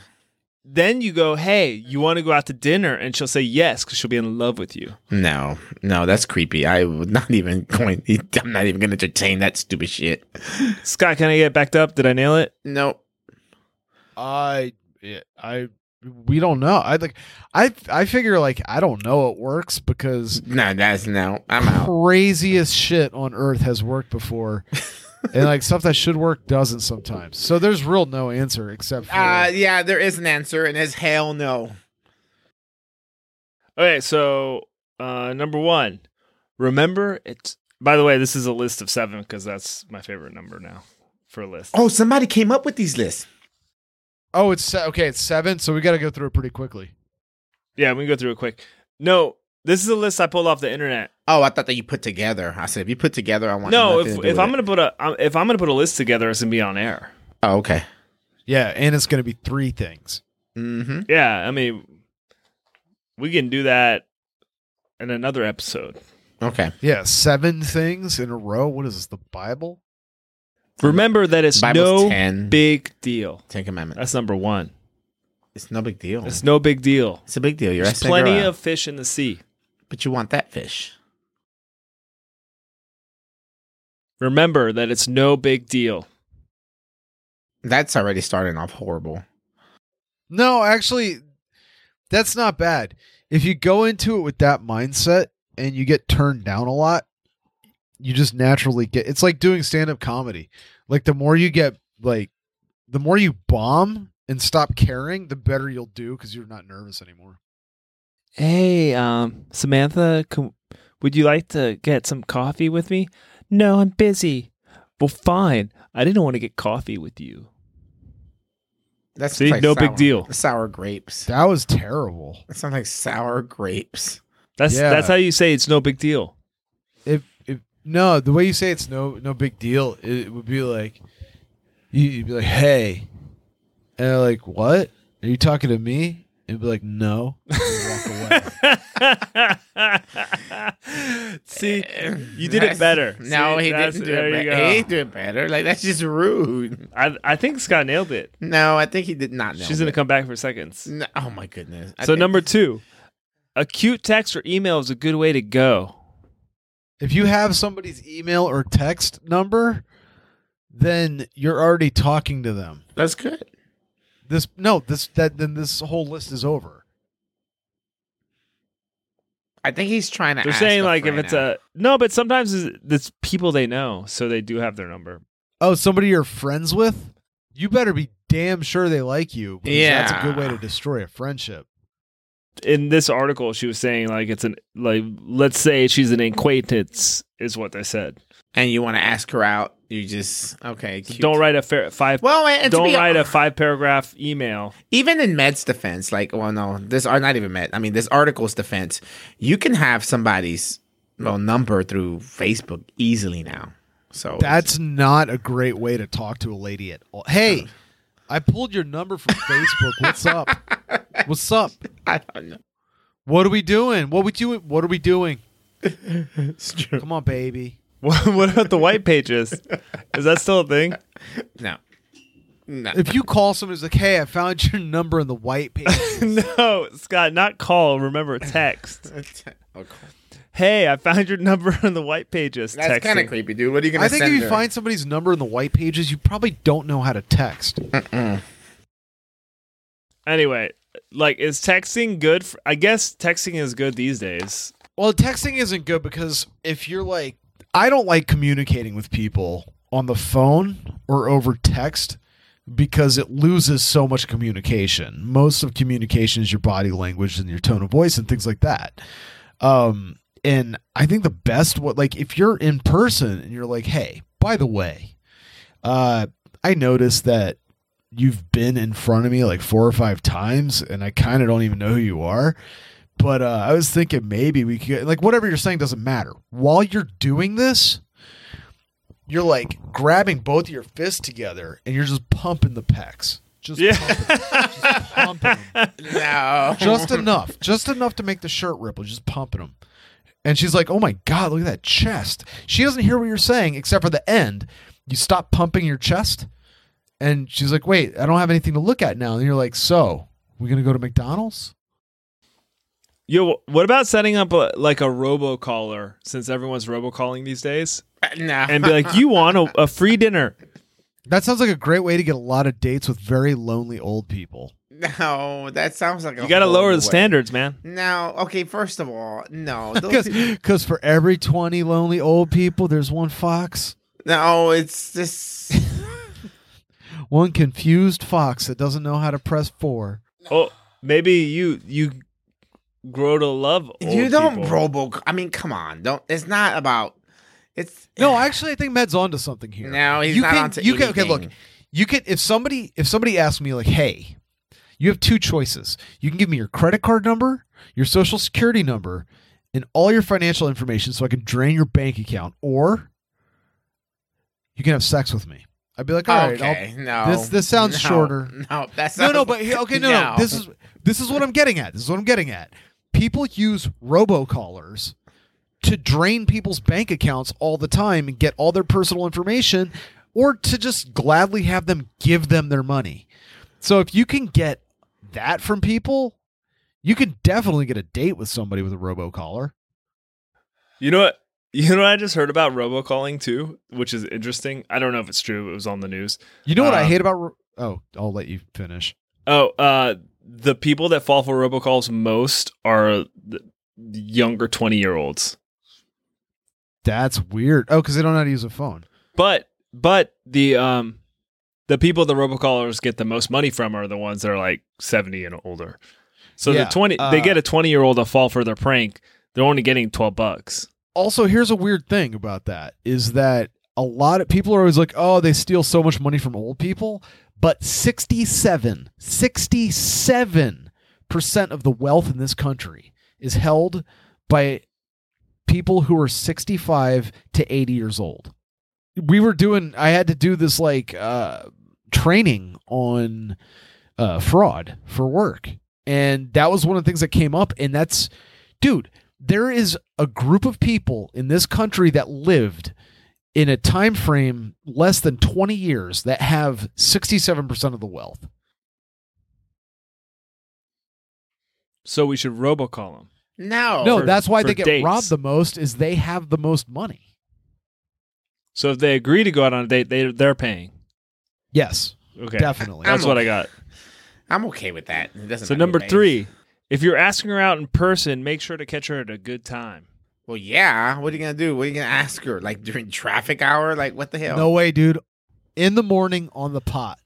[SPEAKER 1] then you go, hey, you want to go out to dinner? And she'll say yes because she'll be in love with you.
[SPEAKER 3] No, no, that's creepy. I would not even going. I'm not even going to entertain that stupid shit.
[SPEAKER 1] Scott, can I get backed up? Did I nail it?
[SPEAKER 3] No,
[SPEAKER 2] I, yeah, I, we don't know. I like, I, I figure like I don't know it works because
[SPEAKER 3] no, that's no. I'm out.
[SPEAKER 2] craziest shit on earth has worked before, and like stuff that should work doesn't sometimes. So there's real no answer except for
[SPEAKER 3] Uh, yeah, there is an answer, and it's hell no.
[SPEAKER 1] Okay, so uh, number one, remember it's. By the way, this is a list of seven because that's my favorite number now for a list.
[SPEAKER 3] Oh, somebody came up with these lists.
[SPEAKER 2] oh, it's se- okay. It's seven, so we got to go through it pretty quickly.
[SPEAKER 1] Yeah, we can go through it quick. No, this is a list I pulled off the internet.
[SPEAKER 3] Oh, I thought that you put together. I said if you put together, I want.
[SPEAKER 1] no,
[SPEAKER 3] nothing
[SPEAKER 1] if
[SPEAKER 3] to do
[SPEAKER 1] if
[SPEAKER 3] with
[SPEAKER 1] I'm
[SPEAKER 3] it.
[SPEAKER 1] gonna put a um, if I'm gonna put a list together, it's gonna be on air.
[SPEAKER 3] Oh, okay.
[SPEAKER 2] Yeah, and it's going to be three things.
[SPEAKER 3] Mm-hmm.
[SPEAKER 1] Yeah, I mean, we can do that in another episode.
[SPEAKER 3] Okay.
[SPEAKER 2] Yeah, seven things in a row. What is this? The Bible?
[SPEAKER 1] Remember that it's
[SPEAKER 3] Bible's
[SPEAKER 1] no
[SPEAKER 3] ten.
[SPEAKER 1] big deal.
[SPEAKER 3] ten commandments.
[SPEAKER 1] That's number one.
[SPEAKER 3] It's no big
[SPEAKER 5] Oh.
[SPEAKER 3] deal.
[SPEAKER 1] It's
[SPEAKER 3] It's,
[SPEAKER 1] no big deal.
[SPEAKER 3] a big deal. You're
[SPEAKER 1] There's
[SPEAKER 3] asking
[SPEAKER 1] plenty
[SPEAKER 3] girl out,
[SPEAKER 1] of fish in the sea.
[SPEAKER 3] but you want that fish.
[SPEAKER 1] Remember that it's no big deal.
[SPEAKER 3] That's already starting off horrible.
[SPEAKER 2] No, actually, that's not bad. If you go into it with that mindset and you get turned down a lot, you just naturally get it's like doing stand up comedy. Like the more you get like the more you bomb and stop caring, the better you'll do because you're not nervous anymore.
[SPEAKER 5] Hey, um, Samantha, can, would you like to get some coffee with me? No, I'm busy. Well, fine. I didn't want to get coffee with you.
[SPEAKER 3] That's
[SPEAKER 1] See,
[SPEAKER 3] like
[SPEAKER 1] no
[SPEAKER 3] sour-
[SPEAKER 1] big deal.
[SPEAKER 3] Sour grapes.
[SPEAKER 2] That was terrible.
[SPEAKER 3] That sounds like sour grapes.
[SPEAKER 1] That's
[SPEAKER 2] Yeah.
[SPEAKER 1] that's how you say it's no big deal.
[SPEAKER 2] If if no, the way you say it's no no big deal, it, would be like you- you'd be like, "Hey," and they're like, "What? Are you talking to me?" It'd be like, "No." And walk away.
[SPEAKER 1] See, you did
[SPEAKER 3] That's-
[SPEAKER 1] it better.
[SPEAKER 3] No,
[SPEAKER 1] See,
[SPEAKER 3] he
[SPEAKER 1] that's-
[SPEAKER 3] didn't do
[SPEAKER 1] there
[SPEAKER 3] it
[SPEAKER 1] you
[SPEAKER 3] better.
[SPEAKER 1] go.
[SPEAKER 3] He didn't do it better. Like that's just rude.
[SPEAKER 1] I I think Scott nailed it.
[SPEAKER 3] No, I think he did not know.
[SPEAKER 1] She's gonna come back for seconds.
[SPEAKER 3] No, oh my goodness. I
[SPEAKER 1] so
[SPEAKER 3] think-
[SPEAKER 1] number two, a cute text or email is a good way to go.
[SPEAKER 2] if you have somebody's email or text number, then you're already talking to them.
[SPEAKER 3] That's good.
[SPEAKER 2] This no, this that then this whole list is over.
[SPEAKER 3] I think he's trying to.
[SPEAKER 1] They're
[SPEAKER 3] ask
[SPEAKER 1] saying
[SPEAKER 3] a
[SPEAKER 1] like if
[SPEAKER 3] friend
[SPEAKER 1] it's
[SPEAKER 3] out.
[SPEAKER 1] a no, but sometimes it's, it's people they know, so they do have their number.
[SPEAKER 2] Oh, somebody you're friends with, you better be damn sure they like you. because that's a good way
[SPEAKER 3] Yeah.
[SPEAKER 2] to destroy a friendship.
[SPEAKER 1] In this article, she was saying like it's an like let's say she's an acquaintance is what they said.
[SPEAKER 3] and you want to ask her out, you just okay.
[SPEAKER 1] So
[SPEAKER 3] cute.
[SPEAKER 1] don't write a fair, five.
[SPEAKER 3] Well, and and to
[SPEAKER 1] don't
[SPEAKER 3] be-
[SPEAKER 1] write a five paragraph email.
[SPEAKER 3] even in Med's defense, like, well, no, this are not even Med. I mean, this article's defense. You can have somebody's well number through Facebook easily now. So it's-
[SPEAKER 2] That's not a great way to talk to a lady at all. Hey, I pulled your number from Facebook. What's up? What's up?
[SPEAKER 3] I don't know.
[SPEAKER 2] What are we doing? What we doing? What are we doing?
[SPEAKER 3] It's true.
[SPEAKER 2] Come on, baby.
[SPEAKER 1] What, what about the white pages? Is that still a thing?
[SPEAKER 3] No, no.
[SPEAKER 2] If you call someone who's like, "Hey, I found your number in the white page,"
[SPEAKER 1] no, Scott, not call. Remember, text.
[SPEAKER 3] Okay.
[SPEAKER 1] Hey, I found your number on the white pages.
[SPEAKER 3] That's kind of
[SPEAKER 1] Texting.
[SPEAKER 3] creepy, dude. What are you gonna?
[SPEAKER 2] I think if
[SPEAKER 3] send
[SPEAKER 2] you
[SPEAKER 3] her?
[SPEAKER 2] find somebody's number in the white pages, you probably don't know how to text.
[SPEAKER 1] Anyway, like, is texting good? For, I guess texting is good these days.
[SPEAKER 2] Well, texting isn't good because if you're like, I don't like communicating with people on the phone or over text because it loses so much communication. Most of communication is your body language and your tone of voice and things like that. Um, and I think the best what like if you're in person and you're like, hey, by the way, uh, I noticed that you've been in front of me like four or five times, and I kind of don't even know who you are. But uh, I was thinking maybe we could like whatever you're saying doesn't matter. While you're doing this, you're like grabbing both of your fists together and you're just pumping the pecs. Just
[SPEAKER 1] Yeah.
[SPEAKER 2] pumping, just pumping 'em
[SPEAKER 3] no.
[SPEAKER 2] just enough, just enough to make the shirt ripple, just pumping them. And she's like, "Oh my god, look at that chest." She doesn't hear what you're saying except for the end. You stop pumping your chest, and she's like, "Wait, I don't have anything to look at now." And you're like, "So, we're gonna go to McDonald's?"
[SPEAKER 1] Yo, what about setting up a, like a robocaller since everyone's robocalling these days
[SPEAKER 3] no.
[SPEAKER 1] and be like, you want a, a free dinner?
[SPEAKER 2] That sounds like a great way to get a lot of dates with very lonely old people.
[SPEAKER 3] no, that sounds like a
[SPEAKER 1] You got to lower the
[SPEAKER 3] horrible way.
[SPEAKER 1] standards, man.
[SPEAKER 3] No, okay. First of all, no, those
[SPEAKER 2] Because,
[SPEAKER 3] people,
[SPEAKER 2] for every twenty lonely old people, there's one fox,
[SPEAKER 3] no, it's just
[SPEAKER 2] one confused fox that doesn't know how to press four.
[SPEAKER 1] Oh, maybe you you grow to love. Old
[SPEAKER 3] you don't
[SPEAKER 1] people.
[SPEAKER 3] robo. I mean, come on, don't. It's not about. It's
[SPEAKER 2] No, actually, I think Med's onto something here.
[SPEAKER 3] No, he's
[SPEAKER 2] you
[SPEAKER 3] not
[SPEAKER 2] can,
[SPEAKER 3] onto
[SPEAKER 2] you can, okay, look,
[SPEAKER 3] anything.
[SPEAKER 2] you can if somebody if somebody asks me like, hey, you have two choices. You can give me your credit card number, your social security number, and all your financial information, so I can drain your bank account, or you can have sex with me. I'd be like, all right, I'll-
[SPEAKER 3] okay. no,
[SPEAKER 2] this- this sounds
[SPEAKER 3] no,
[SPEAKER 2] shorter.
[SPEAKER 3] No, that's
[SPEAKER 2] no, no, but here- okay, no, no, This is this is what I'm getting at. This is what I'm getting at. People use robocallers to drain people's bank accounts all the time and get all their personal information, or to just gladly have them give them their money. So if you can get that from people, you can definitely get a date with somebody with a robocaller.
[SPEAKER 1] You know what? You know what I just heard about robocalling too, which is interesting. I don't know if it's true. It was on the news.
[SPEAKER 2] You know what I
[SPEAKER 1] Um,
[SPEAKER 2] hate about? Ro- oh, I'll let you finish.
[SPEAKER 1] Oh, uh, the people that fall for robocalls most are the the younger twenty year olds.
[SPEAKER 2] That's weird. Oh, because they don't know how to use a phone.
[SPEAKER 1] But but the um the people the robocallers get the most money from are the ones that are like seventy and older. So
[SPEAKER 2] Yeah,
[SPEAKER 1] the twenty
[SPEAKER 2] uh,
[SPEAKER 1] they get a twenty year old to fall for their prank. They're only getting twelve bucks.
[SPEAKER 2] Also, here's a weird thing about that is that a lot of people are always like, oh, they steal so much money from old people. But 67, 67% of the wealth in this country is held by people who are 65 to 80 years old. We were doing, I had to do this like uh, training on uh, fraud for work. And that was one of the things that came up. And that's, dude, there is a group of people in this country that lived in a time frame less than 20 years that have 67% of the wealth.
[SPEAKER 1] So we should robocall them.
[SPEAKER 3] No.
[SPEAKER 2] no,
[SPEAKER 1] Oh, for-
[SPEAKER 2] that's why
[SPEAKER 1] for
[SPEAKER 2] they get
[SPEAKER 1] dates.
[SPEAKER 2] robbed the most is they have the most money.
[SPEAKER 1] So if they agree to go out on a date, they they're paying.
[SPEAKER 2] Yes,
[SPEAKER 1] Okay,
[SPEAKER 2] definitely.
[SPEAKER 1] that's what I got.
[SPEAKER 3] I'm okay with that. It doesn't
[SPEAKER 1] So
[SPEAKER 3] matter
[SPEAKER 1] number
[SPEAKER 3] what it is.
[SPEAKER 1] three, if you're asking her out in person, make sure to catch her at a good time.
[SPEAKER 3] Well, yeah. What are you gonna do? What are you gonna ask her? Like during traffic hour? Like what the hell?
[SPEAKER 2] no way, dude. In the morning on the pot.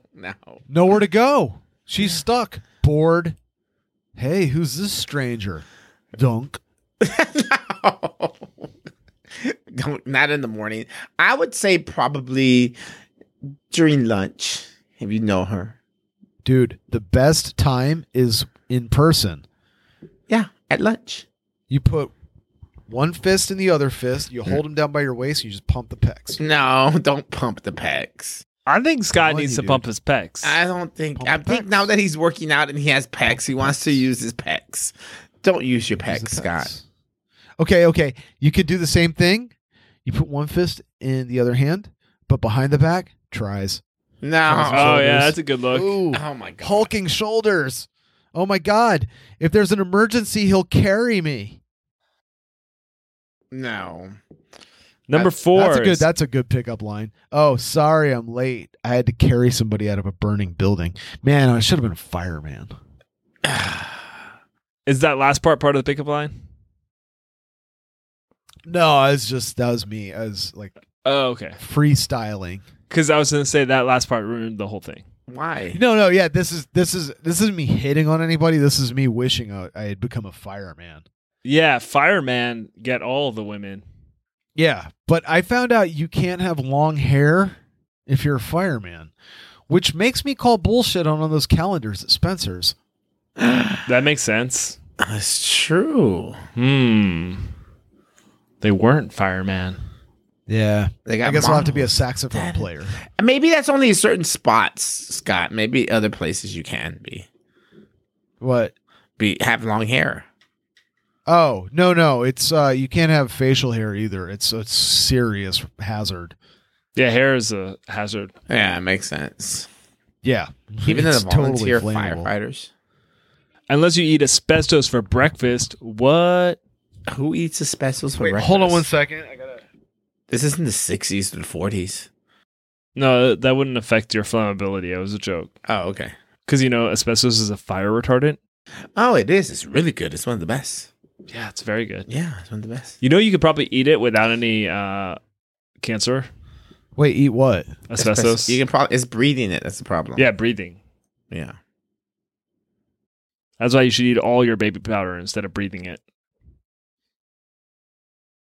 [SPEAKER 3] no.
[SPEAKER 2] Nowhere to go. She's stuck, bored. Hey, who's this stranger? Dunk.
[SPEAKER 3] no. Don't, not in the morning. I would say probably during lunch if you know her.
[SPEAKER 2] Dude, the best time is in person.
[SPEAKER 3] Yeah, at lunch.
[SPEAKER 2] You put one fist in the other fist. You hold him down by your waist. You just pump the pecs.
[SPEAKER 3] No, don't pump the pecs.
[SPEAKER 1] I think Scott
[SPEAKER 2] telling
[SPEAKER 1] needs
[SPEAKER 2] you,
[SPEAKER 1] to
[SPEAKER 2] dude.
[SPEAKER 1] pump his pecs.
[SPEAKER 3] I don't think.
[SPEAKER 2] Pump
[SPEAKER 3] I
[SPEAKER 2] the
[SPEAKER 3] think
[SPEAKER 2] pecs.
[SPEAKER 3] now that he's working out and he has pecs, he wants to use his pecs. Don't use your
[SPEAKER 2] Use the
[SPEAKER 3] pecs, Scott.
[SPEAKER 2] Okay, okay. You could do the same thing. You put one fist in the other hand, but behind the back, tries.
[SPEAKER 3] No.
[SPEAKER 2] Shoulders.
[SPEAKER 1] oh yeah, that's a good look.
[SPEAKER 2] Ooh,
[SPEAKER 3] Oh my god.
[SPEAKER 2] hulking shoulders. Oh my God. If there's an emergency, he'll carry me.
[SPEAKER 3] No.
[SPEAKER 1] Number
[SPEAKER 3] That's-
[SPEAKER 1] four.
[SPEAKER 2] That's a good
[SPEAKER 1] is-
[SPEAKER 2] that's a good pickup line. Oh, sorry I'm late. I had to carry somebody out of a burning building. Man, I should have been a fireman.
[SPEAKER 1] is that last part part of the pickup line?
[SPEAKER 2] No, it's just that was me. I was like
[SPEAKER 1] Oh, okay.
[SPEAKER 2] freestyling.
[SPEAKER 1] Because I was going to say that last part ruined the whole thing.
[SPEAKER 3] Why?
[SPEAKER 2] No, no, yeah. This is this is this isn't me hitting on anybody. This is me wishing I, I had become a fireman.
[SPEAKER 1] Yeah, fireman get all the women.
[SPEAKER 2] Yeah, but I found out you can't have long hair if you're a fireman, which makes me call bullshit on all those calendars at Spencer's.
[SPEAKER 1] That makes sense.
[SPEAKER 3] That's true.
[SPEAKER 1] Hmm. They weren't fireman.
[SPEAKER 2] Yeah,
[SPEAKER 3] They got
[SPEAKER 2] I guess I'll have to be a
[SPEAKER 3] bombs.
[SPEAKER 2] saxophone player.
[SPEAKER 3] Maybe that's only certain spots, Scott. Maybe other places you can be
[SPEAKER 2] What?
[SPEAKER 3] be have long hair.
[SPEAKER 2] Oh no, no, it's uh, you can't have facial hair either. It's a serious hazard.
[SPEAKER 1] Yeah, hair is a hazard.
[SPEAKER 3] Yeah, it makes sense.
[SPEAKER 2] Yeah,
[SPEAKER 3] Even though
[SPEAKER 2] it's
[SPEAKER 3] the volunteer
[SPEAKER 2] flammable.
[SPEAKER 3] firefighters.
[SPEAKER 1] Unless you eat asbestos for breakfast. What?
[SPEAKER 3] Who eats asbestos for
[SPEAKER 2] Wait,
[SPEAKER 3] breakfast?
[SPEAKER 2] hold on one second. I gotta.
[SPEAKER 3] This isn't the sixties or the forties.
[SPEAKER 1] No, that wouldn't affect your flammability. It was a joke.
[SPEAKER 3] Oh, okay.
[SPEAKER 1] Because, you know, asbestos is a fire retardant.
[SPEAKER 3] Oh, it is. It's really good. It's one of the best.
[SPEAKER 1] Yeah, it's very good.
[SPEAKER 3] Yeah, it's one of the best.
[SPEAKER 1] You know, you could probably eat it without any uh, cancer,
[SPEAKER 2] Wait, eat what?
[SPEAKER 1] asbestos.
[SPEAKER 3] You can probably it's breathing it. That's the problem.
[SPEAKER 1] yeah, breathing.
[SPEAKER 3] Yeah.
[SPEAKER 1] That's why you should eat all your baby powder instead of breathing it.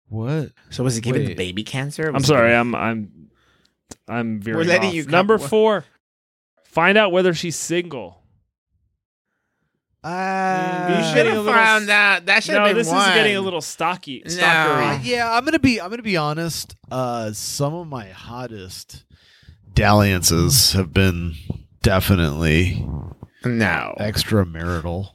[SPEAKER 2] What?
[SPEAKER 3] So was it giving the
[SPEAKER 2] Wait.
[SPEAKER 3] baby cancer?
[SPEAKER 1] I'm sorry. I'm I'm I'm very.
[SPEAKER 3] We're letting
[SPEAKER 1] off.
[SPEAKER 3] you come-
[SPEAKER 1] number four. Find out whether she's single.
[SPEAKER 2] Uh,
[SPEAKER 1] You
[SPEAKER 3] You should
[SPEAKER 1] getting a
[SPEAKER 3] have
[SPEAKER 1] little s-
[SPEAKER 3] found out. That should have
[SPEAKER 1] no,
[SPEAKER 3] been
[SPEAKER 1] this
[SPEAKER 3] one.
[SPEAKER 1] is getting a little stocky.
[SPEAKER 3] No.
[SPEAKER 2] Uh,
[SPEAKER 1] Stockery.
[SPEAKER 2] yeah, I'm gonna be I'm gonna be honest. Uh, some of my hottest dalliances have been definitely
[SPEAKER 3] No.
[SPEAKER 2] extramarital.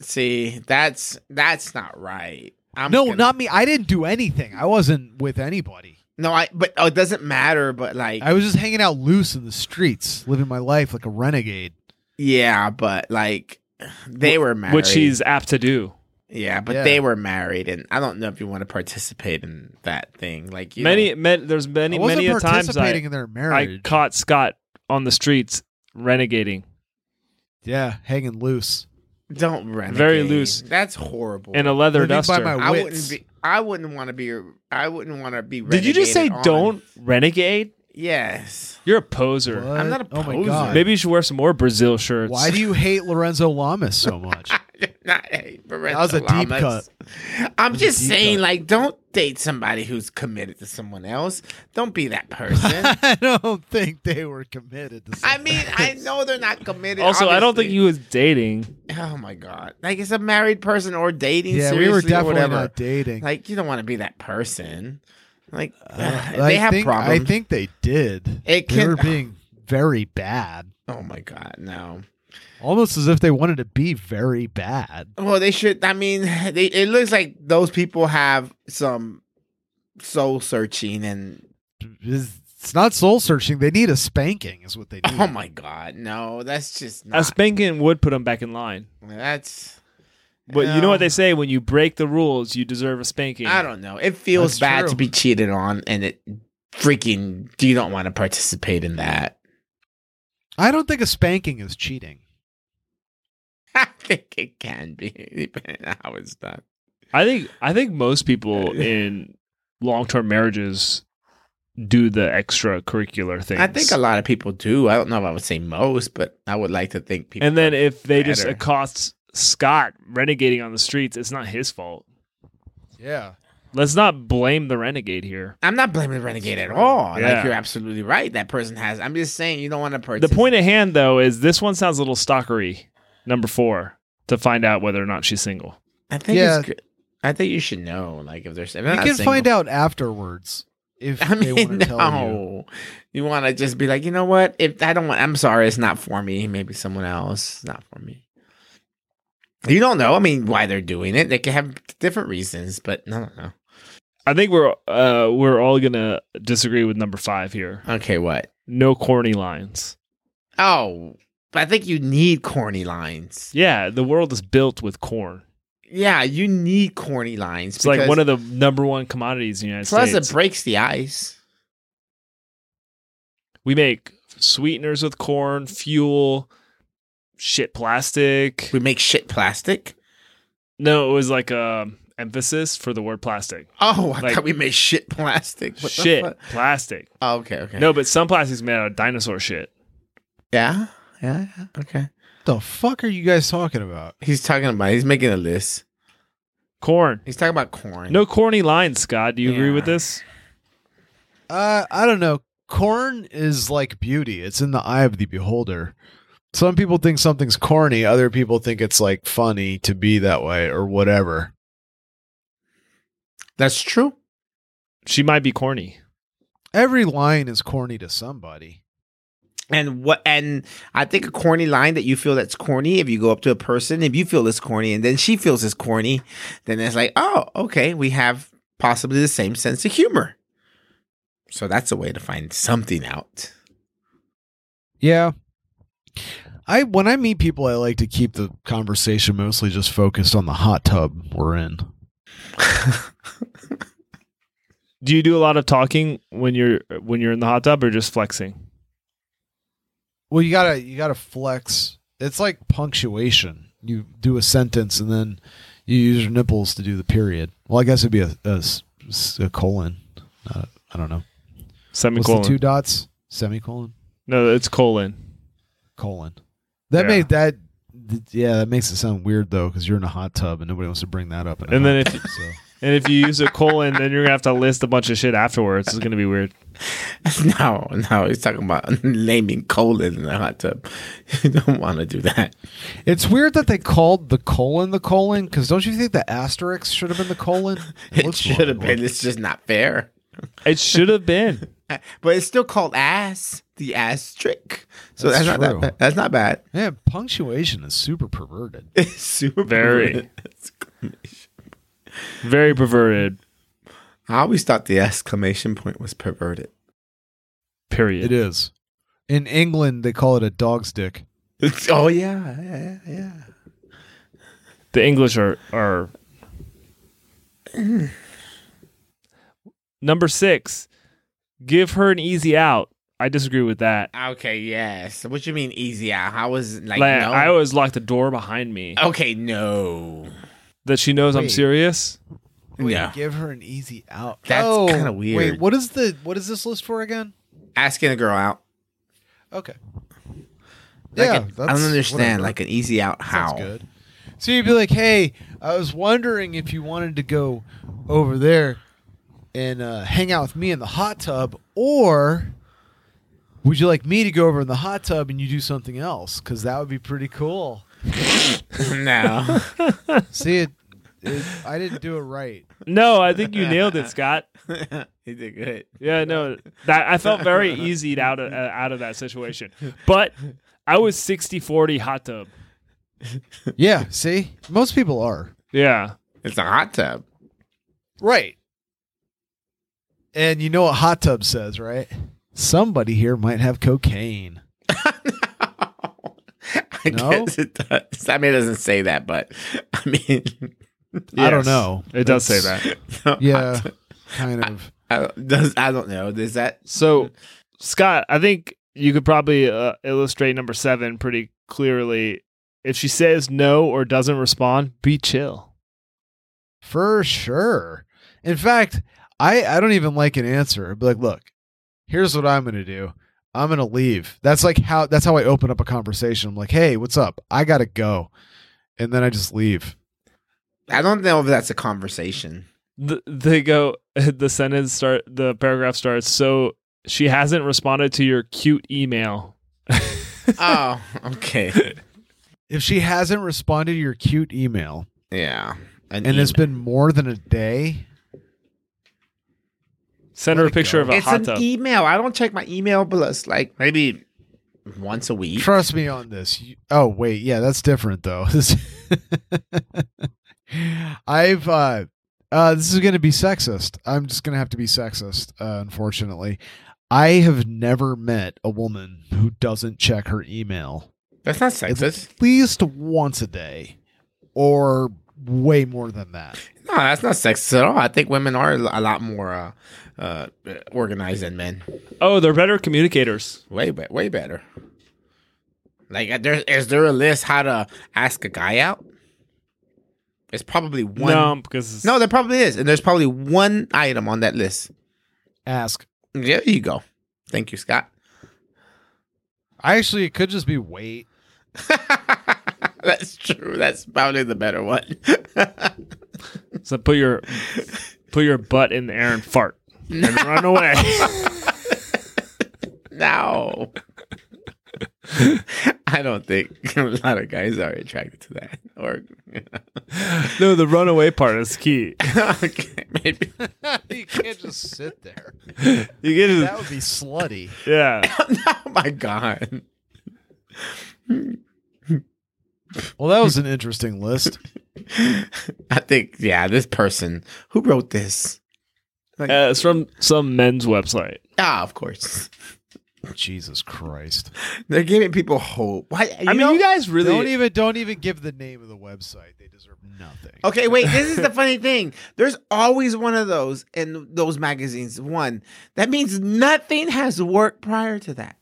[SPEAKER 3] See, that's that's not right. I'm
[SPEAKER 2] no,
[SPEAKER 3] gonna-
[SPEAKER 2] not me. I didn't do anything. I wasn't with anybody.
[SPEAKER 3] no. I but oh, it doesn't matter. But like,
[SPEAKER 2] I was just hanging out loose in the streets, living my life like a renegade.
[SPEAKER 3] yeah, but like, they were married,
[SPEAKER 1] Which he's apt to do.
[SPEAKER 3] Yeah, but
[SPEAKER 2] Yeah.
[SPEAKER 3] they were married, and I don't know if you want to participate in that thing. Like you know,
[SPEAKER 1] many, many, there's many,
[SPEAKER 2] I wasn't
[SPEAKER 1] many a times
[SPEAKER 2] participating
[SPEAKER 1] I,
[SPEAKER 2] in their
[SPEAKER 1] I
[SPEAKER 2] marriage.
[SPEAKER 1] caught Scott on the streets renegating.
[SPEAKER 2] yeah, hanging loose.
[SPEAKER 3] don't renegade.
[SPEAKER 1] Very loose.
[SPEAKER 3] That's horrible.
[SPEAKER 1] And a leather
[SPEAKER 2] Living by
[SPEAKER 1] duster.
[SPEAKER 2] my
[SPEAKER 3] I
[SPEAKER 2] wits.
[SPEAKER 3] wouldn't be. I wouldn't want to be. I wouldn't want to be.
[SPEAKER 1] Did you just say
[SPEAKER 3] renegaded on.
[SPEAKER 1] don't renegade?
[SPEAKER 3] Yes.
[SPEAKER 1] You're a poser.
[SPEAKER 2] What?
[SPEAKER 3] I'm not a
[SPEAKER 2] oh my
[SPEAKER 3] poser.
[SPEAKER 2] god.
[SPEAKER 1] Maybe you should wear some more Brazil shirts.
[SPEAKER 2] Why do you hate Lorenzo Lamas so much?
[SPEAKER 3] Not hey, Lorenzo
[SPEAKER 2] was a deep
[SPEAKER 3] Lamas. I'm just
[SPEAKER 2] deep
[SPEAKER 3] saying,
[SPEAKER 2] cut.
[SPEAKER 3] like, don't date somebody who's committed to someone else. Don't be that person.
[SPEAKER 2] I don't think they were committed. To
[SPEAKER 3] I
[SPEAKER 2] something.
[SPEAKER 3] mean, I know they're not committed.
[SPEAKER 1] Also, I don't think
[SPEAKER 3] obviously.
[SPEAKER 1] he was dating.
[SPEAKER 3] Oh my god! Like it's a married person or dating.
[SPEAKER 2] yeah,
[SPEAKER 3] seriously,
[SPEAKER 2] we were
[SPEAKER 3] or
[SPEAKER 2] definitely
[SPEAKER 3] whatever.
[SPEAKER 2] not dating.
[SPEAKER 3] Like you don't want to be that person. Like
[SPEAKER 2] Uh,
[SPEAKER 3] they
[SPEAKER 2] I
[SPEAKER 3] have
[SPEAKER 2] think,
[SPEAKER 3] problems.
[SPEAKER 2] I think they did.
[SPEAKER 3] It
[SPEAKER 2] they
[SPEAKER 3] can-
[SPEAKER 2] were being very bad,
[SPEAKER 3] Oh my god, no.
[SPEAKER 2] almost as if they wanted to be very bad.
[SPEAKER 3] Well, they should. I mean, they, it looks like those people have some soul searching and.
[SPEAKER 2] It's, it's not soul searching. They need a spanking, is what they need.
[SPEAKER 3] Oh my god, no! That's just
[SPEAKER 1] A
[SPEAKER 3] not.
[SPEAKER 1] spanking would put him back in line.
[SPEAKER 3] that's.
[SPEAKER 1] But you know what
[SPEAKER 3] No.
[SPEAKER 1] they say when you break the rules, you deserve a spanking.
[SPEAKER 3] I don't know. It feels
[SPEAKER 2] That's
[SPEAKER 3] bad
[SPEAKER 2] true.
[SPEAKER 3] to be cheated on, and it freaking. You don't want to participate in that.
[SPEAKER 2] I don't think a spanking is cheating.
[SPEAKER 3] I think it can be, depending on how it's done.
[SPEAKER 1] I think I think most people in long-term marriages do the extracurricular things.
[SPEAKER 3] I think a lot of people do. I don't know if I would say most, but I would like to think people.
[SPEAKER 1] And then if they just
[SPEAKER 3] Better.
[SPEAKER 1] accost Scott renegading on the streets, it's not his fault.
[SPEAKER 2] Yeah.
[SPEAKER 1] Let's not blame the renegade here.
[SPEAKER 3] I'm not blaming the renegade at all.
[SPEAKER 1] Yeah.
[SPEAKER 3] Like you're absolutely right. That person has. I'm just saying you don't want to
[SPEAKER 1] The
[SPEAKER 3] participate.
[SPEAKER 1] point at hand, though, is this one sounds a little stalkery. Number four, to find out whether or not she's single.
[SPEAKER 3] I think.
[SPEAKER 2] Yeah.
[SPEAKER 3] It's, good- I think you should know. Like if there's. If
[SPEAKER 2] You can find out afterwards if
[SPEAKER 3] I
[SPEAKER 2] they want
[SPEAKER 3] mean,
[SPEAKER 2] to tell you.
[SPEAKER 3] no. You, want to just be like, you know what? If I don't want, I'm sorry, it's not for me. Maybe someone else. It's not for me. You don't know. I mean, why they're doing it? They could have different reasons, but no, no.
[SPEAKER 1] I think we're uh, we're all gonna disagree with number five here.
[SPEAKER 3] no. Okay, what?
[SPEAKER 1] No corny lines.
[SPEAKER 3] Oh, but I think you need corny lines.
[SPEAKER 1] Yeah, the world is built with corn.
[SPEAKER 3] Yeah, you need corny lines.
[SPEAKER 1] It's like
[SPEAKER 3] because-
[SPEAKER 1] one of the number one commodities in the United
[SPEAKER 3] plus
[SPEAKER 1] States.
[SPEAKER 3] it breaks the ice.
[SPEAKER 1] we make sweeteners with corn, fuel, shit plastic.
[SPEAKER 3] We make shit plastic.
[SPEAKER 1] No, it was like a emphasis for the word plastic.
[SPEAKER 3] Oh, I
[SPEAKER 1] Like-
[SPEAKER 3] thought we made shit plastic. What the
[SPEAKER 1] shit
[SPEAKER 3] fuck?
[SPEAKER 1] plastic.
[SPEAKER 3] Oh, okay, okay.
[SPEAKER 1] No, but some plastic's made out of dinosaur shit.
[SPEAKER 3] Yeah, yeah, yeah. Okay.
[SPEAKER 2] The fuck are you guys talking about?
[SPEAKER 3] He's talking about. He's making a list.
[SPEAKER 1] Corn.
[SPEAKER 3] He's talking about corn.
[SPEAKER 1] No corny lines, Scott. Do you agree
[SPEAKER 3] Yeah.
[SPEAKER 1] with this?
[SPEAKER 2] Uh, I don't know. Corn is like beauty. It's in the eye of the beholder. Some people think something's corny. Other people think it's like funny to be that way or whatever.
[SPEAKER 3] that's true.
[SPEAKER 1] She might be corny.
[SPEAKER 2] Every line is corny to somebody.
[SPEAKER 3] And what? And I think a corny line that you feel that's corny. If you go up to a person, if you feel it's corny, and then she feels it's corny, then it's like, oh, okay, we have possibly the same sense of humor. So that's a way to find something out.
[SPEAKER 2] Yeah. I when I meet people, I like to keep the conversation mostly just focused on the hot tub we're in.
[SPEAKER 1] Do you do a lot of talking when you're when you're in the hot tub or just flexing?
[SPEAKER 2] Well, you gotta you gotta flex. It's like punctuation. You do a sentence and then you use your nipples to do the period. Well, I guess it'd be a, a s- s- a colon. Not a, I don't know. What's the
[SPEAKER 1] Semicolon.
[SPEAKER 2] two dots? Semicolon.
[SPEAKER 1] no, it's colon.
[SPEAKER 2] Colon. That
[SPEAKER 1] Yeah.
[SPEAKER 2] made that. th- Yeah, that makes it sound weird though, because you're in a hot tub and nobody wants to bring that up. in a
[SPEAKER 1] And
[SPEAKER 2] hot
[SPEAKER 1] then
[SPEAKER 2] tub,
[SPEAKER 1] if-
[SPEAKER 2] so.
[SPEAKER 1] And if you use a colon, then you're gonna have to list a bunch of shit afterwards. It's gonna be weird.
[SPEAKER 3] No, no, he's talking about naming colon in the hot tub. You don't want to do that.
[SPEAKER 2] It's weird that they called the colon the colon because don't you think the asterisk should have been the colon?
[SPEAKER 3] It,
[SPEAKER 2] looks more
[SPEAKER 3] should have
[SPEAKER 2] like
[SPEAKER 3] been.
[SPEAKER 2] one.
[SPEAKER 3] It's just not fair.
[SPEAKER 1] It should have been.
[SPEAKER 3] But it's still called ass, the ass trick. So
[SPEAKER 2] That's
[SPEAKER 3] that's, not that
[SPEAKER 2] true.
[SPEAKER 3] bad. That's not bad.
[SPEAKER 2] Yeah, punctuation is super perverted.
[SPEAKER 3] It's super
[SPEAKER 1] Very.
[SPEAKER 3] perverted. Exclamation.
[SPEAKER 1] Very perverted.
[SPEAKER 3] I always thought the exclamation point was perverted.
[SPEAKER 1] Period.
[SPEAKER 2] It is. In England, they call it a dog's dick.
[SPEAKER 3] It's, oh yeah, yeah, yeah.
[SPEAKER 1] The English are are Number six, give her an easy out. I disagree with that.
[SPEAKER 3] Okay, yes. What you mean easy out? How was like,
[SPEAKER 1] Like,
[SPEAKER 3] no?
[SPEAKER 1] I always lock the door behind me.
[SPEAKER 3] okay, no.
[SPEAKER 1] That she knows I'm
[SPEAKER 2] Wait.
[SPEAKER 1] serious.
[SPEAKER 2] Wait,
[SPEAKER 3] No.
[SPEAKER 2] Oh, give her an easy out.
[SPEAKER 3] That's
[SPEAKER 2] Oh,
[SPEAKER 3] kinda
[SPEAKER 2] Wait,
[SPEAKER 3] weird.
[SPEAKER 2] what is the what is this list for again?
[SPEAKER 3] Asking a girl out.
[SPEAKER 2] Okay.
[SPEAKER 3] Like
[SPEAKER 2] yeah,
[SPEAKER 3] an-
[SPEAKER 2] that's,
[SPEAKER 3] I don't understand.
[SPEAKER 2] whatever.
[SPEAKER 3] Like an easy out. How?
[SPEAKER 2] Sounds good. So you'd be like, "Hey, I was wondering if you wanted to go over there and uh, hang out with me in the hot tub, or would you like me to go over in the hot tub and you do something else? Because that would be pretty cool."
[SPEAKER 3] no.
[SPEAKER 2] See, it, it, I didn't do it right.
[SPEAKER 1] No, I think you nailed it, Scott.
[SPEAKER 3] he did good.
[SPEAKER 1] Yeah, no, that I felt very easy out of uh, out of that situation. But I was 60-40 hot tub.
[SPEAKER 2] Yeah. See, most people are
[SPEAKER 1] Yeah,
[SPEAKER 3] It's a hot tub.
[SPEAKER 2] right. And you know what hot tub says, right? Somebody here might have cocaine.
[SPEAKER 3] I
[SPEAKER 2] No?
[SPEAKER 3] guess it does. I mean, it doesn't say that, but I mean,
[SPEAKER 2] I don't
[SPEAKER 1] Yes.
[SPEAKER 2] know.
[SPEAKER 1] it does say
[SPEAKER 2] That's-
[SPEAKER 1] that.
[SPEAKER 3] no,
[SPEAKER 2] Yeah, kind of.
[SPEAKER 3] I, I- does, I don't know. Is that
[SPEAKER 1] So, Scott, I think you could probably uh, illustrate number seven pretty clearly. If she says no or doesn't respond, be chill.
[SPEAKER 2] For sure. In fact, I, I don't even like an answer. I'd be like, look, here's what I'm gonna do. I'm gonna leave. That's like how that's how I open up a conversation. I'm like, hey, what's up? I gotta go. And then I just leave.
[SPEAKER 3] I don't know if that's a conversation.
[SPEAKER 1] Th- they go. The sentence start. The paragraph starts. So she hasn't responded to your cute email.
[SPEAKER 3] oh, okay.
[SPEAKER 2] If she hasn't responded to your cute email
[SPEAKER 3] Yeah. An
[SPEAKER 2] and it's
[SPEAKER 3] email.
[SPEAKER 2] been more than a day,
[SPEAKER 1] Send
[SPEAKER 2] Let
[SPEAKER 1] her a
[SPEAKER 2] it
[SPEAKER 1] picture
[SPEAKER 2] go.
[SPEAKER 1] of a
[SPEAKER 3] it's
[SPEAKER 1] hot
[SPEAKER 3] an e-
[SPEAKER 1] tub.
[SPEAKER 3] email. I don't check my email, but it's like maybe once a week.
[SPEAKER 2] trust me on this. You- oh wait, yeah, that's different though. This- I've uh, uh, this is going to be sexist. I'm just going to have to be sexist, uh, unfortunately. I have never met a woman who doesn't check her email
[SPEAKER 3] That's not sexist.
[SPEAKER 2] at least once a day, or way more than that.
[SPEAKER 3] No, that's not sexist at all. I think women are a lot more uh, uh, organized than men.
[SPEAKER 1] Oh, they're better communicators.
[SPEAKER 3] Way, be- way better. Like, uh, there, is there a list how to ask a guy out? It's probably one.
[SPEAKER 1] No, because it's,
[SPEAKER 3] No, there probably is, and there's probably one item on that list.
[SPEAKER 2] Ask.
[SPEAKER 3] There you go. Thank you, Scott.
[SPEAKER 2] I actually, it could just be wait.
[SPEAKER 3] that's true. That's probably the better one.
[SPEAKER 1] so put your put your butt in the air and fart and run away.
[SPEAKER 3] no. I don't think a lot of guys are attracted to that. Or
[SPEAKER 1] no, the runaway part is key.
[SPEAKER 3] okay, maybe
[SPEAKER 2] you can't just sit there.
[SPEAKER 1] You get
[SPEAKER 2] That
[SPEAKER 1] it.
[SPEAKER 2] would be slutty.
[SPEAKER 1] Yeah.
[SPEAKER 3] oh my god.
[SPEAKER 2] Well, that was an interesting list.
[SPEAKER 3] I think yeah, this person who wrote this.
[SPEAKER 1] Uh, it's from some men's website.
[SPEAKER 3] Ah, of course.
[SPEAKER 2] Jesus Christ.
[SPEAKER 3] They're giving people hope. Why,
[SPEAKER 1] I mean,
[SPEAKER 3] know-
[SPEAKER 1] you guys really
[SPEAKER 2] Don't even don't even give the name of the website. They deserve nothing.
[SPEAKER 3] Okay, wait. This is the funny thing. There's always one of those in those magazines. One that means nothing has worked prior to that.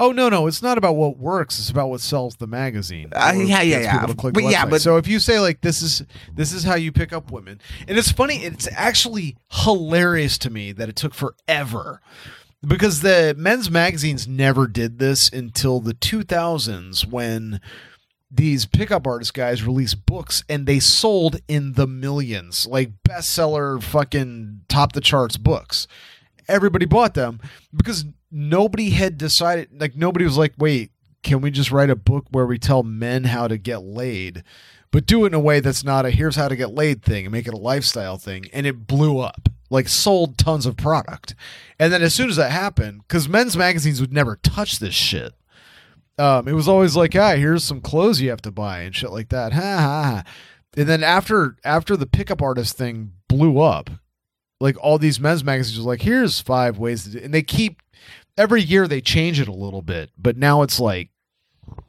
[SPEAKER 2] Oh no, no, it's not about what works. It's about what sells the magazine.
[SPEAKER 3] Uh,
[SPEAKER 2] Or
[SPEAKER 3] yeah, yeah,
[SPEAKER 2] gets
[SPEAKER 3] yeah.
[SPEAKER 2] people to click
[SPEAKER 3] But
[SPEAKER 2] the
[SPEAKER 3] yeah,
[SPEAKER 2] website.
[SPEAKER 3] but-
[SPEAKER 2] so if you say like this is this is how you pick up women, and it's funny, it's actually hilarious to me that it took forever because the men's magazines never did this until the 2000s when these pickup artist guys released books and they sold in the millions, like bestseller, fucking top the charts books. Everybody bought them because nobody had decided, like, nobody was like, wait, can we just write a book where we tell men how to get laid, but do it in a way that's not a here's how to get laid thing and make it a lifestyle thing? And it blew up, like, sold tons of product. And then as soon as that happened, because men's magazines would never touch this shit um, it was always like, ah, here's some clothes you have to buy and shit like that. Ha ha. ha. And then after after the pickup artist thing blew up, like all these men's magazines was like, here's five ways to do and they keep every year they change it a little bit, but now it's like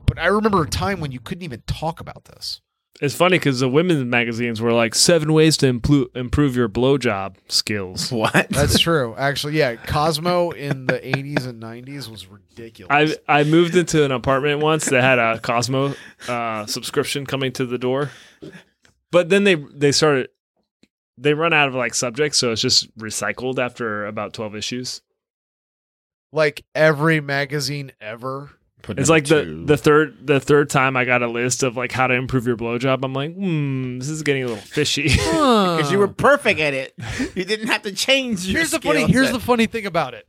[SPEAKER 2] but I remember a time when you couldn't even talk about this.
[SPEAKER 1] It's funny because the women's magazines were like seven ways to impl- improve your blowjob skills.
[SPEAKER 3] What?
[SPEAKER 2] That's true. Actually, yeah, Cosmo in the 80s and 90s was ridiculous.
[SPEAKER 1] I I moved into an apartment once that had a Cosmo uh, subscription coming to the door, but then they they started they run out of like subjects, so it's just recycled after about twelve issues.
[SPEAKER 2] like every magazine ever.
[SPEAKER 3] Put
[SPEAKER 1] It's
[SPEAKER 3] number
[SPEAKER 1] like the
[SPEAKER 3] two.
[SPEAKER 1] the third the third time I got a list of like how to improve your blowjob. I'm like, hmm, this is getting a little fishy.
[SPEAKER 3] because
[SPEAKER 1] Uh.
[SPEAKER 3] you were perfect at it. You didn't have to change. Your
[SPEAKER 2] Here's the funny.
[SPEAKER 3] skill
[SPEAKER 2] Here's
[SPEAKER 3] set.
[SPEAKER 2] the funny thing about it.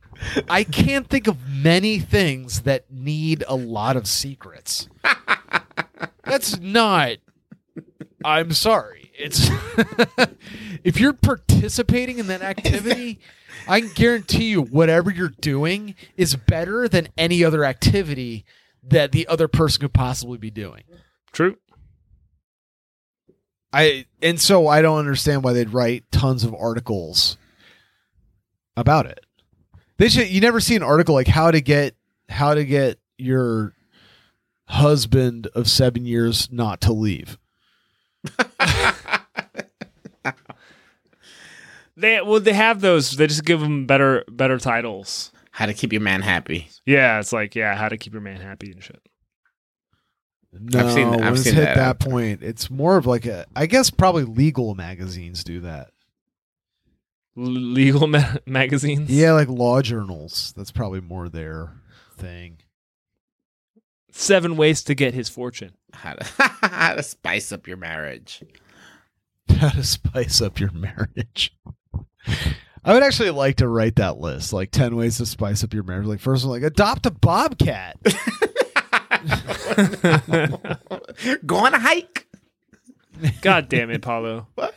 [SPEAKER 2] I can't think of many things that need a lot of secrets. That's not. I'm sorry. It's if you're participating in that activity, I can guarantee you whatever you're doing is better than any other activity that the other person could possibly be doing.
[SPEAKER 1] True.
[SPEAKER 2] I and so I don't understand why they'd write tons of articles about it. They should you never see an article like how to get how to get your husband of 7 years not to leave.
[SPEAKER 1] They well they have those. They just give them better better titles.
[SPEAKER 3] how to keep your man happy.
[SPEAKER 1] Yeah, it's like yeah, how to keep your man happy and shit.
[SPEAKER 2] No,
[SPEAKER 3] I've seen- I've
[SPEAKER 2] when it's
[SPEAKER 3] seen
[SPEAKER 2] hit
[SPEAKER 3] that.
[SPEAKER 2] that, point, it's more of like a I guess probably legal magazines do that.
[SPEAKER 1] L- legal ma- magazines.
[SPEAKER 2] Yeah, like law journals. That's probably more their thing.
[SPEAKER 1] Seven ways to get his fortune.
[SPEAKER 3] How to how to spice up your marriage.
[SPEAKER 2] how to spice up your marriage. I would actually like to write that list, like ten ways to spice up your marriage. Like first one, like adopt a bobcat.
[SPEAKER 3] Go on a hike.
[SPEAKER 1] God damn it, Paulo.
[SPEAKER 3] What?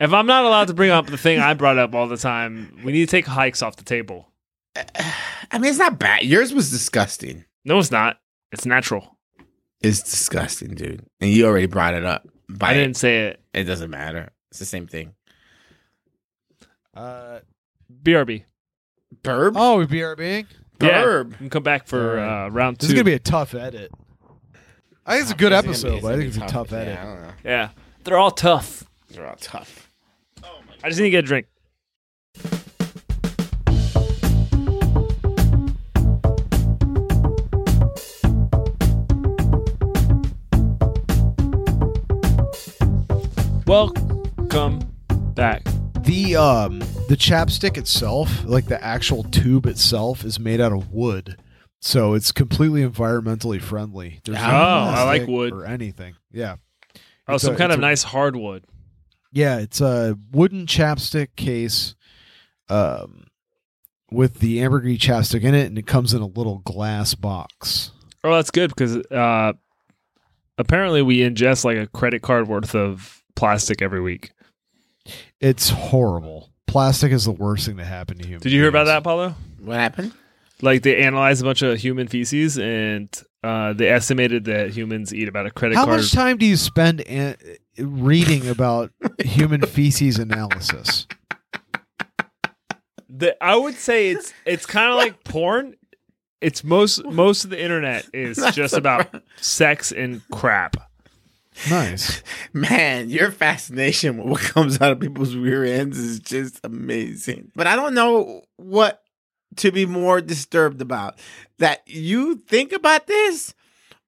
[SPEAKER 1] If I'm not allowed to bring up the thing I brought up all the time, we need to take hikes off the table.
[SPEAKER 3] I mean, it's not bad. Yours was disgusting.
[SPEAKER 1] No, it's not. It's natural.
[SPEAKER 3] It's disgusting, dude. And you already brought it up. But
[SPEAKER 1] I didn't say it.
[SPEAKER 3] It doesn't matter. It's the same thing.
[SPEAKER 2] Uh,
[SPEAKER 1] BRB.
[SPEAKER 3] Burb.
[SPEAKER 2] oh, we BRBing.
[SPEAKER 1] Yeah.
[SPEAKER 3] Burb.
[SPEAKER 1] You can come back for uh, round two.
[SPEAKER 2] This is gonna be a tough edit. I think it's a good episode, but I think it's a tough
[SPEAKER 3] Yeah,
[SPEAKER 2] edit.
[SPEAKER 3] I don't know.
[SPEAKER 1] yeah. They're all tough.
[SPEAKER 3] They're all tough.
[SPEAKER 1] I just need to get a drink. Welcome back.
[SPEAKER 2] The um the chapstick itself, like the actual tube itself, is made out of wood, so it's completely environmentally friendly. There's no
[SPEAKER 1] Oh, I like
[SPEAKER 2] plastic
[SPEAKER 1] wood.
[SPEAKER 2] or anything. Yeah.
[SPEAKER 1] Oh,
[SPEAKER 2] It's
[SPEAKER 1] some
[SPEAKER 2] a-
[SPEAKER 1] kind
[SPEAKER 2] it's
[SPEAKER 1] of
[SPEAKER 2] a-
[SPEAKER 1] nice hardwood.
[SPEAKER 2] Yeah, it's a wooden chapstick case um, with the ambergris chapstick in it, and it comes in a little glass box.
[SPEAKER 1] Oh, that's good because uh, apparently we ingest like a credit card worth of plastic every week.
[SPEAKER 2] It's horrible. Plastic is the worst thing to happen to humans.
[SPEAKER 1] Did you hear about that, Apollo?
[SPEAKER 3] What happened?
[SPEAKER 1] Like they analyzed a bunch of human feces and uh, they estimated that humans eat about a credit
[SPEAKER 2] How
[SPEAKER 1] card.
[SPEAKER 2] much time do you spend an- reading about human feces analysis?
[SPEAKER 1] The, I would say it's it's kind of like porn. It's most most of the internet is just about sex and crap.
[SPEAKER 2] Nice.
[SPEAKER 3] Man, your fascination with what comes out of people's rear ends is just amazing. But I don't know what to be more disturbed about that you think about this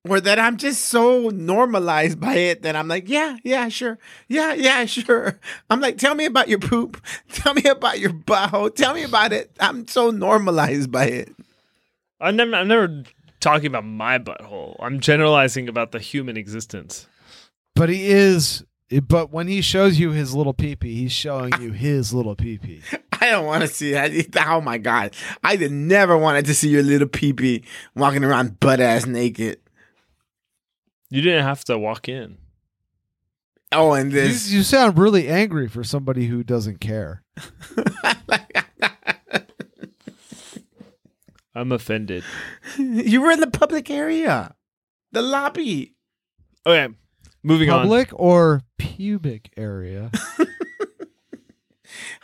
[SPEAKER 3] or that I'm just so normalized by it that I'm like, yeah, yeah, sure. Yeah, yeah, sure. I'm like, tell me about your poop. Tell me about your butthole. Tell me about it. I'm so normalized by it.
[SPEAKER 1] I'm never, I'm never talking about my butthole. I'm generalizing about the human existence.
[SPEAKER 2] But he is. But when he shows you his little peepee, he's showing you his little peepee.
[SPEAKER 3] I don't want to see that. Oh my god, I did never wanted to see your little peepee walking around butt ass naked.
[SPEAKER 1] You didn't have to walk in.
[SPEAKER 3] Oh, and
[SPEAKER 2] You,
[SPEAKER 3] this.
[SPEAKER 2] you sound really angry for somebody who doesn't care.
[SPEAKER 1] I'm offended.
[SPEAKER 3] you were in the public area, the lobby.
[SPEAKER 1] Okay, moving on.
[SPEAKER 2] public or pubic area.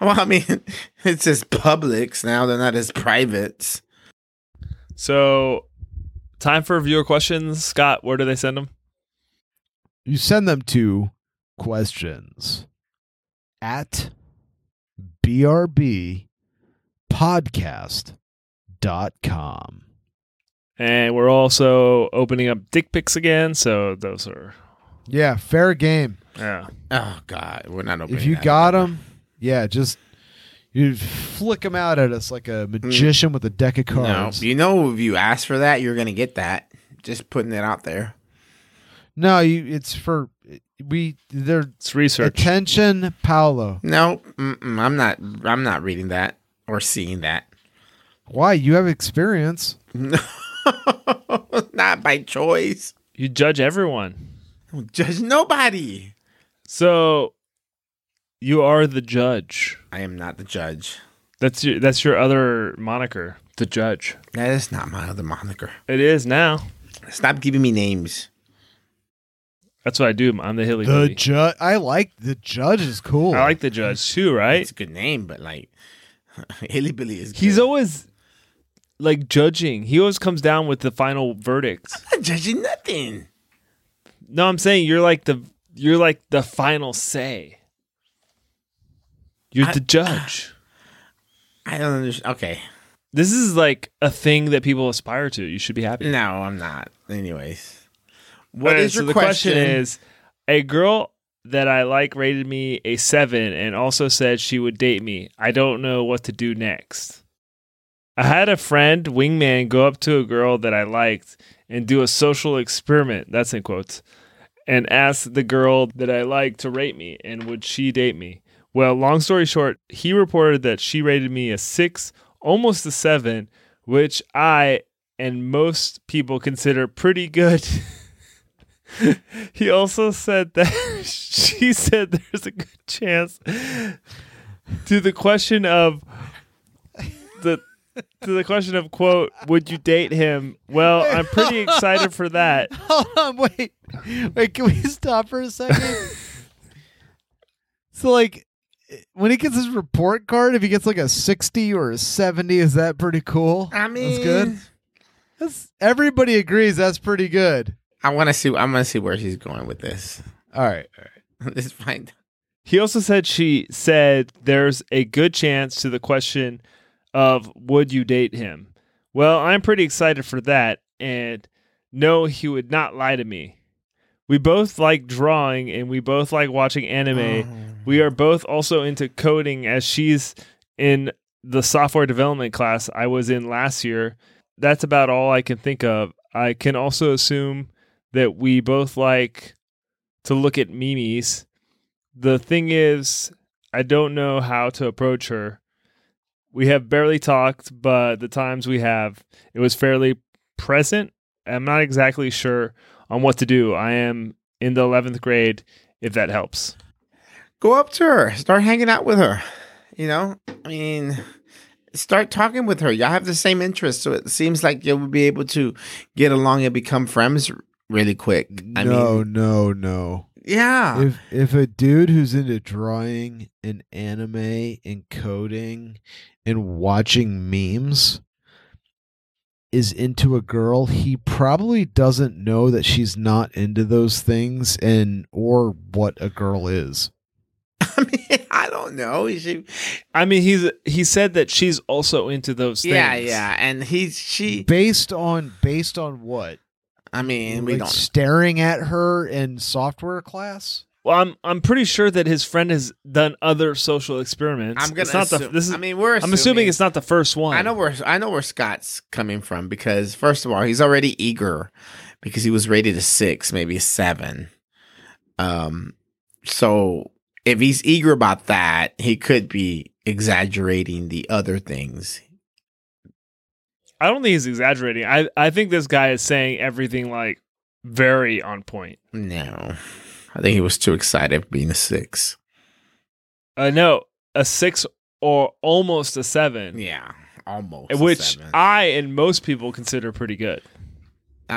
[SPEAKER 3] Well, I mean, it's just publics now. They're not as privates.
[SPEAKER 1] So, time for viewer questions. Scott, where do they send them?
[SPEAKER 2] you send them to questions at brbpodcast.com.
[SPEAKER 1] And we're also opening up dick pics again, so those are
[SPEAKER 2] Yeah, fair game.
[SPEAKER 1] yeah.
[SPEAKER 3] Oh God, we're not opening.
[SPEAKER 2] if you
[SPEAKER 3] that
[SPEAKER 2] got
[SPEAKER 3] up.
[SPEAKER 2] them, yeah, just you flick them out at us like a magician with a deck of
[SPEAKER 3] Mm. no,
[SPEAKER 2] cards.
[SPEAKER 3] you know if you ask for that, you're gonna get that. Just putting it out there.
[SPEAKER 2] No, you, it's for we. They're
[SPEAKER 1] It's research.
[SPEAKER 2] attention, Paolo.
[SPEAKER 3] No, mm-mm, I'm not. I'm not reading that or seeing that.
[SPEAKER 2] Why you have experience?
[SPEAKER 3] not by choice.
[SPEAKER 1] You judge everyone.
[SPEAKER 3] Don't judge nobody.
[SPEAKER 1] So you are the judge.
[SPEAKER 3] I am not the judge.
[SPEAKER 1] That's your that's your other moniker, the judge.
[SPEAKER 3] That is not my other moniker.
[SPEAKER 1] It is now.
[SPEAKER 3] Stop giving me names.
[SPEAKER 1] That's what I do. I'm the hilly.
[SPEAKER 2] The
[SPEAKER 1] The
[SPEAKER 2] judge. I like the judge is cool.
[SPEAKER 3] Oh,
[SPEAKER 1] I like the judge too, right?
[SPEAKER 3] It's a good name, but like Hilly Billy is.
[SPEAKER 1] He's
[SPEAKER 3] good.
[SPEAKER 1] always like judging. He always comes down with the final verdict.
[SPEAKER 3] I'm not judging nothing.
[SPEAKER 1] No, I'm saying you're like the you're like the final say. You're
[SPEAKER 3] I-
[SPEAKER 1] the judge.
[SPEAKER 3] I don't understand. Okay,
[SPEAKER 1] This is like a thing that people aspire to. You should be happy.
[SPEAKER 3] no, I'm not. Anyways,
[SPEAKER 1] What
[SPEAKER 3] what
[SPEAKER 1] is
[SPEAKER 3] is your
[SPEAKER 1] the question? Is a girl that I like rated me a seven and also said she would date me. I don't know what to do next. I had a friend, wingman, go up to a girl that I liked and do a social experiment. That's in quotes. And ask the girl that I liked to rate me and would she date me? Well, long story short, he reported that she rated me a six, almost a seven, which I and most people consider pretty good. he also said that she said there's a good chance to the question of the to the question of quote would you date him well i'm pretty excited for that
[SPEAKER 2] Hold on, wait, wait. Can we stop for a second? so, like, when he gets his report card, if he gets like a sixty or a seventy, is that pretty cool?
[SPEAKER 3] I mean,
[SPEAKER 2] that's good. That's, everybody agrees that's pretty good.
[SPEAKER 3] I want to see. I'm gonna see where she's going with this.
[SPEAKER 2] All right.
[SPEAKER 3] Let's find.
[SPEAKER 1] He also said she said there's a good chance to the question of would you date him? Well, I'm pretty excited for that and no he would not lie to me. We both like drawing and we both like watching
[SPEAKER 3] Oh.
[SPEAKER 1] anime. We are both also into coding as she's in the software development class I was in last year. That's about all I can think of. I can also assume that we both like to look at memes the thing is, I don't know how to approach her. We have barely talked, but the times we have, it was fairly present. I'm not exactly sure on what to do. I am in the 11th grade, if that helps.
[SPEAKER 3] Go up to her. Start hanging out with her. You know, I mean, start talking with her. Y'all have the same interests, so it seems like you'll be able to get along and become friends really quick. I
[SPEAKER 2] no,
[SPEAKER 3] mean,
[SPEAKER 2] no, no.
[SPEAKER 3] yeah.
[SPEAKER 2] If if a dude who's into drawing and anime and coding and watching memes is into a girl, he probably doesn't know that she's not into those things and or what a girl is.
[SPEAKER 3] I mean, I don't know. You should-
[SPEAKER 1] I mean, he's he said that she's also into those things.
[SPEAKER 3] yeah, yeah. And he's she.
[SPEAKER 2] Based on based on what?
[SPEAKER 3] I mean, we
[SPEAKER 2] Like
[SPEAKER 3] don't.
[SPEAKER 2] staring at her in software class?
[SPEAKER 1] Well, I'm I'm pretty sure that his friend has done other social experiments.
[SPEAKER 3] I'm gonna.
[SPEAKER 1] It's not the,
[SPEAKER 3] assume-
[SPEAKER 1] this is,
[SPEAKER 3] I mean, we're.
[SPEAKER 1] I'm assuming it's not the first one.
[SPEAKER 3] I know where I know where Scott's coming from because first of all, he's already eager because he was rated a six, maybe a seven. Um, so if he's eager about that, he could be exaggerating the other things.
[SPEAKER 1] I don't think he's exaggerating. I, I think this guy is saying everything like very on point.
[SPEAKER 3] No, I think he was too excited for being a six.
[SPEAKER 1] Uh, no, a six or almost a seven,
[SPEAKER 3] Yeah, almost. a
[SPEAKER 1] which
[SPEAKER 3] seven. I,
[SPEAKER 1] I and most people consider pretty good.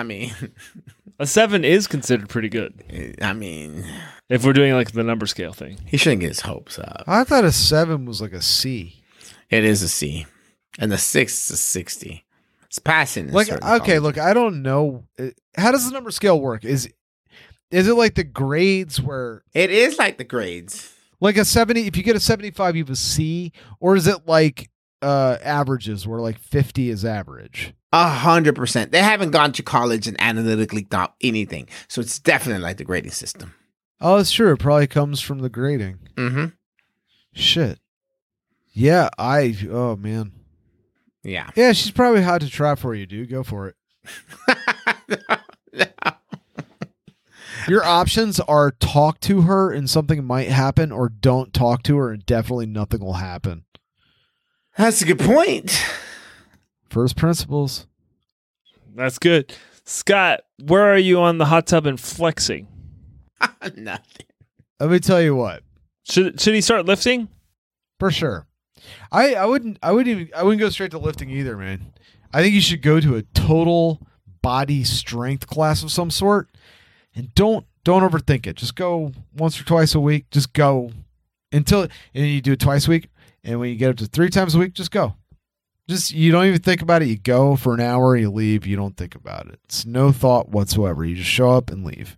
[SPEAKER 3] mean,
[SPEAKER 1] A seven is considered pretty good
[SPEAKER 3] I mean,
[SPEAKER 1] if we're doing like the number scale thing.
[SPEAKER 3] he shouldn't get his hopes up.
[SPEAKER 2] I thought a 7 was like a C.
[SPEAKER 3] It is a C, and the six is a sixty. It's passing. in
[SPEAKER 2] like
[SPEAKER 3] certain
[SPEAKER 2] okay
[SPEAKER 3] colleges.
[SPEAKER 2] look i don't know uh, how does the number scale work is Is it like the grades where
[SPEAKER 3] It is like the grades.
[SPEAKER 2] like a 70 if you get a 75 you have a C or is it like uh averages where like 50 is average?
[SPEAKER 3] A hundred percent. They haven't gone to college and analytically thought anything, so it's definitely like the grading system.
[SPEAKER 2] Oh, that's true. It probably comes from the grading.
[SPEAKER 3] Mm-hmm.
[SPEAKER 2] Shit. Yeah, I oh man.
[SPEAKER 3] Yeah.
[SPEAKER 2] Yeah, she's probably hot to try for you, dude. Go for it. Your options are talk to her and something might happen or don't talk to her and definitely nothing will happen.
[SPEAKER 3] That's a good point.
[SPEAKER 2] First principles.
[SPEAKER 1] That's good. Scott, where are you on the hot tub and flexing?
[SPEAKER 3] Nothing.
[SPEAKER 2] Let me tell you what.
[SPEAKER 1] Should should he start lifting?
[SPEAKER 2] For sure. I, I wouldn't I wouldn't even I wouldn't go straight to lifting either, man. I think you should go to a total body strength class of some sort. And don't don't overthink it. Just go once or twice a week. Just go until and then you do it twice a week. And when you get up to three times a week, just go. Just you don't even think about it. You go for an hour, you leave, you don't think about it. It's no thought whatsoever. You just show up and leave.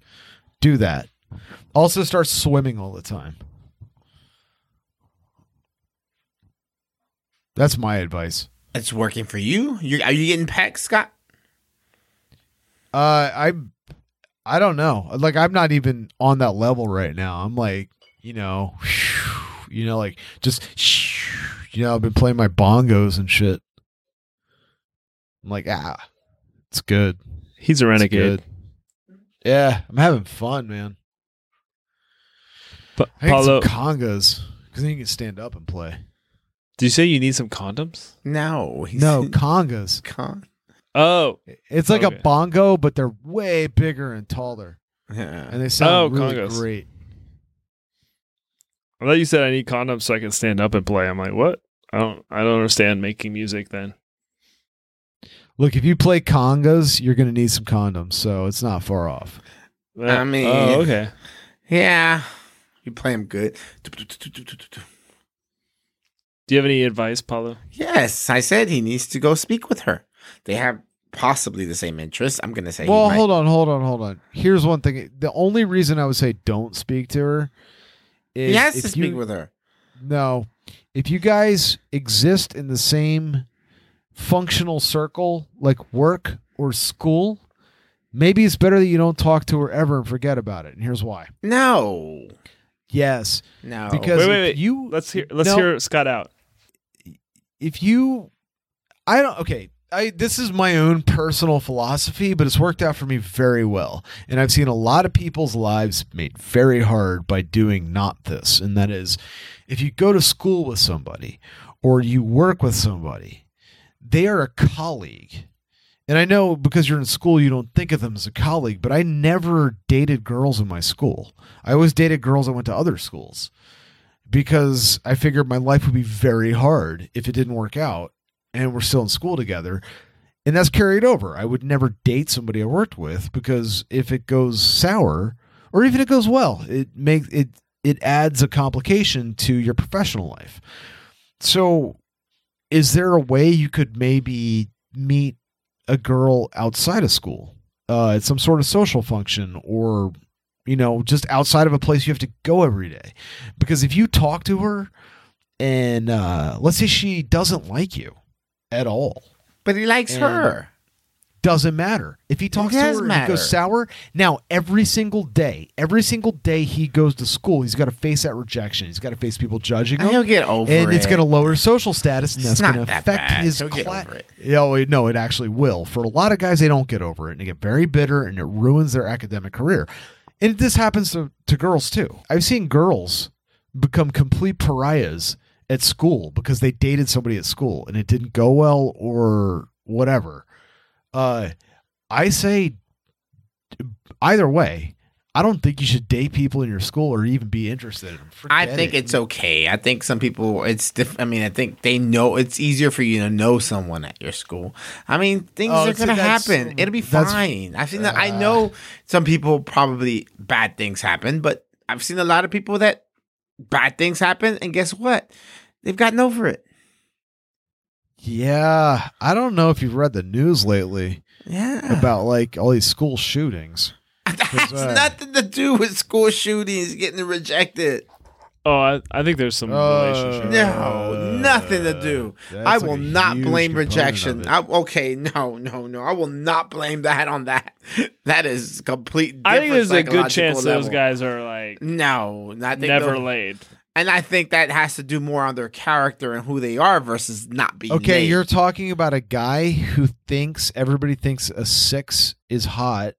[SPEAKER 2] Do that. Also start swimming all the time. That's my advice.
[SPEAKER 3] It's working for you. You are you getting pecs, Scott?
[SPEAKER 2] Uh, I, I don't know. Like, I'm not even on that level right now. I'm like, you know, you know, like just, you know, I've been playing my bongos and shit. I'm like, ah, it's good.
[SPEAKER 1] He's a renegade.
[SPEAKER 2] It's good. Yeah, I'm having fun, man.
[SPEAKER 1] Pa-
[SPEAKER 2] I need
[SPEAKER 1] Paulo,
[SPEAKER 2] some congas because then you can stand up and play.
[SPEAKER 1] do you say you need some condoms?
[SPEAKER 3] No. He's
[SPEAKER 2] No congas.
[SPEAKER 3] Con-
[SPEAKER 1] Oh,
[SPEAKER 2] It's like
[SPEAKER 1] Okay.
[SPEAKER 2] a bongo, but they're way bigger and taller,
[SPEAKER 3] Yeah.
[SPEAKER 2] and they sound
[SPEAKER 1] Oh,
[SPEAKER 2] really
[SPEAKER 1] congas.
[SPEAKER 2] great.
[SPEAKER 1] I thought you said I need condoms so I can stand up and play. I'm like, what? I don't I don't understand making music then.
[SPEAKER 2] Look, if you play congas, you're going to need some condoms, so it's not far off.
[SPEAKER 3] I mean-
[SPEAKER 1] Oh, okay.
[SPEAKER 3] yeah. You play him good.
[SPEAKER 1] Do you have any advice, Paulo?
[SPEAKER 3] Yes, I said he needs to go speak with her. They have possibly the same interests. I'm gonna say.
[SPEAKER 2] Well,
[SPEAKER 3] he might-
[SPEAKER 2] hold on, hold on, hold on. Here's one thing. The only reason I would say don't speak to her is
[SPEAKER 3] He has
[SPEAKER 2] if
[SPEAKER 3] to speak
[SPEAKER 2] you-
[SPEAKER 3] with her.
[SPEAKER 2] No. If you guys exist in the same functional circle, like work or school, maybe it's better that you don't talk to her ever and forget about it. And here's why.
[SPEAKER 3] No.
[SPEAKER 2] Yes,
[SPEAKER 3] No.
[SPEAKER 2] because
[SPEAKER 1] Oh, Wait, wait,
[SPEAKER 2] if
[SPEAKER 1] wait.
[SPEAKER 2] you
[SPEAKER 1] Let's hear let's
[SPEAKER 2] No.
[SPEAKER 1] hear Scott out.
[SPEAKER 2] if you i don't okay i this is my own personal philosophy but it's worked out for me very well and i've seen a lot of people's lives made very hard by doing not this and that is if you go to school with somebody or you work with somebody they are a colleague and i know because you're in school you don't think of them as a colleague but i never dated girls in my school i always dated girls that went to other schools because I figured my life would be very hard if it didn't work out and we're still in school together. And that's carried over. I would never date somebody I worked with because if it goes sour or even it goes well, it makes it it adds a complication to your professional life. So is there a way you could maybe meet a girl outside of school? Uh, at some sort of social function or you know, just outside of a place you have to go every day because if you talk to her and uh, let's say she doesn't like you at all
[SPEAKER 3] but he likes
[SPEAKER 2] And-
[SPEAKER 3] her.
[SPEAKER 2] doesn't matter if he talks to her
[SPEAKER 3] does
[SPEAKER 2] and it
[SPEAKER 3] matter.
[SPEAKER 2] goes sour now every single day every single day he goes to school he's got to face that rejection he's got to face people judging
[SPEAKER 3] He'll
[SPEAKER 2] him
[SPEAKER 3] get over
[SPEAKER 2] and
[SPEAKER 3] it.
[SPEAKER 2] it's going to lower his social status and
[SPEAKER 3] It's
[SPEAKER 2] that's going to
[SPEAKER 3] not that
[SPEAKER 2] affect
[SPEAKER 3] bad.
[SPEAKER 2] his
[SPEAKER 3] He'll get
[SPEAKER 2] cla-
[SPEAKER 3] over it.
[SPEAKER 2] Yeah, well, no it actually will for a lot of guys they don't get over it and they get very bitter and it ruins their academic career and this happens to, to girls too i've seen girls become complete pariahs at school because they dated somebody at school and it didn't go well or whatever. Uh, I say either way, I don't think you should date people in your school or even be interested in them.
[SPEAKER 3] I
[SPEAKER 2] Forget
[SPEAKER 3] think
[SPEAKER 2] it.
[SPEAKER 3] it's okay. I think some people, it's diff- I mean, I think they know it's easier for you to know someone at your school. I mean, things
[SPEAKER 2] Oh,
[SPEAKER 3] are
[SPEAKER 2] see,
[SPEAKER 3] going to
[SPEAKER 2] that's-
[SPEAKER 3] happen. It'll be
[SPEAKER 2] that's-
[SPEAKER 3] fine. I've seen that. I know some people probably bad things happen, but I've seen a lot of people that bad things happen. And guess what? They've gotten over it.
[SPEAKER 2] yeah. I don't know if you've read the news lately
[SPEAKER 3] Yeah.
[SPEAKER 2] about like all these school shootings.
[SPEAKER 3] I That has
[SPEAKER 2] uh,
[SPEAKER 3] nothing to do with school shootings getting rejected.
[SPEAKER 1] Oh, I, I think there's some
[SPEAKER 2] Uh,
[SPEAKER 1] relationship.
[SPEAKER 3] No, nothing to do.
[SPEAKER 2] that's
[SPEAKER 3] I
[SPEAKER 2] like
[SPEAKER 3] will
[SPEAKER 2] a
[SPEAKER 3] not
[SPEAKER 2] huge
[SPEAKER 3] blame
[SPEAKER 2] component of
[SPEAKER 3] rejection.
[SPEAKER 2] it.
[SPEAKER 3] I, okay, no, no, no. I will not blame that on that. That is complete.
[SPEAKER 1] I think
[SPEAKER 3] different
[SPEAKER 1] there's a good
[SPEAKER 3] psychological
[SPEAKER 1] chance those
[SPEAKER 3] level.
[SPEAKER 1] guys are like
[SPEAKER 3] No, not
[SPEAKER 1] never laid.
[SPEAKER 3] And I think that has to do more on their character and who they are versus not being.
[SPEAKER 2] Okay,
[SPEAKER 3] made.
[SPEAKER 2] you're talking about a guy who thinks everybody thinks a six is hot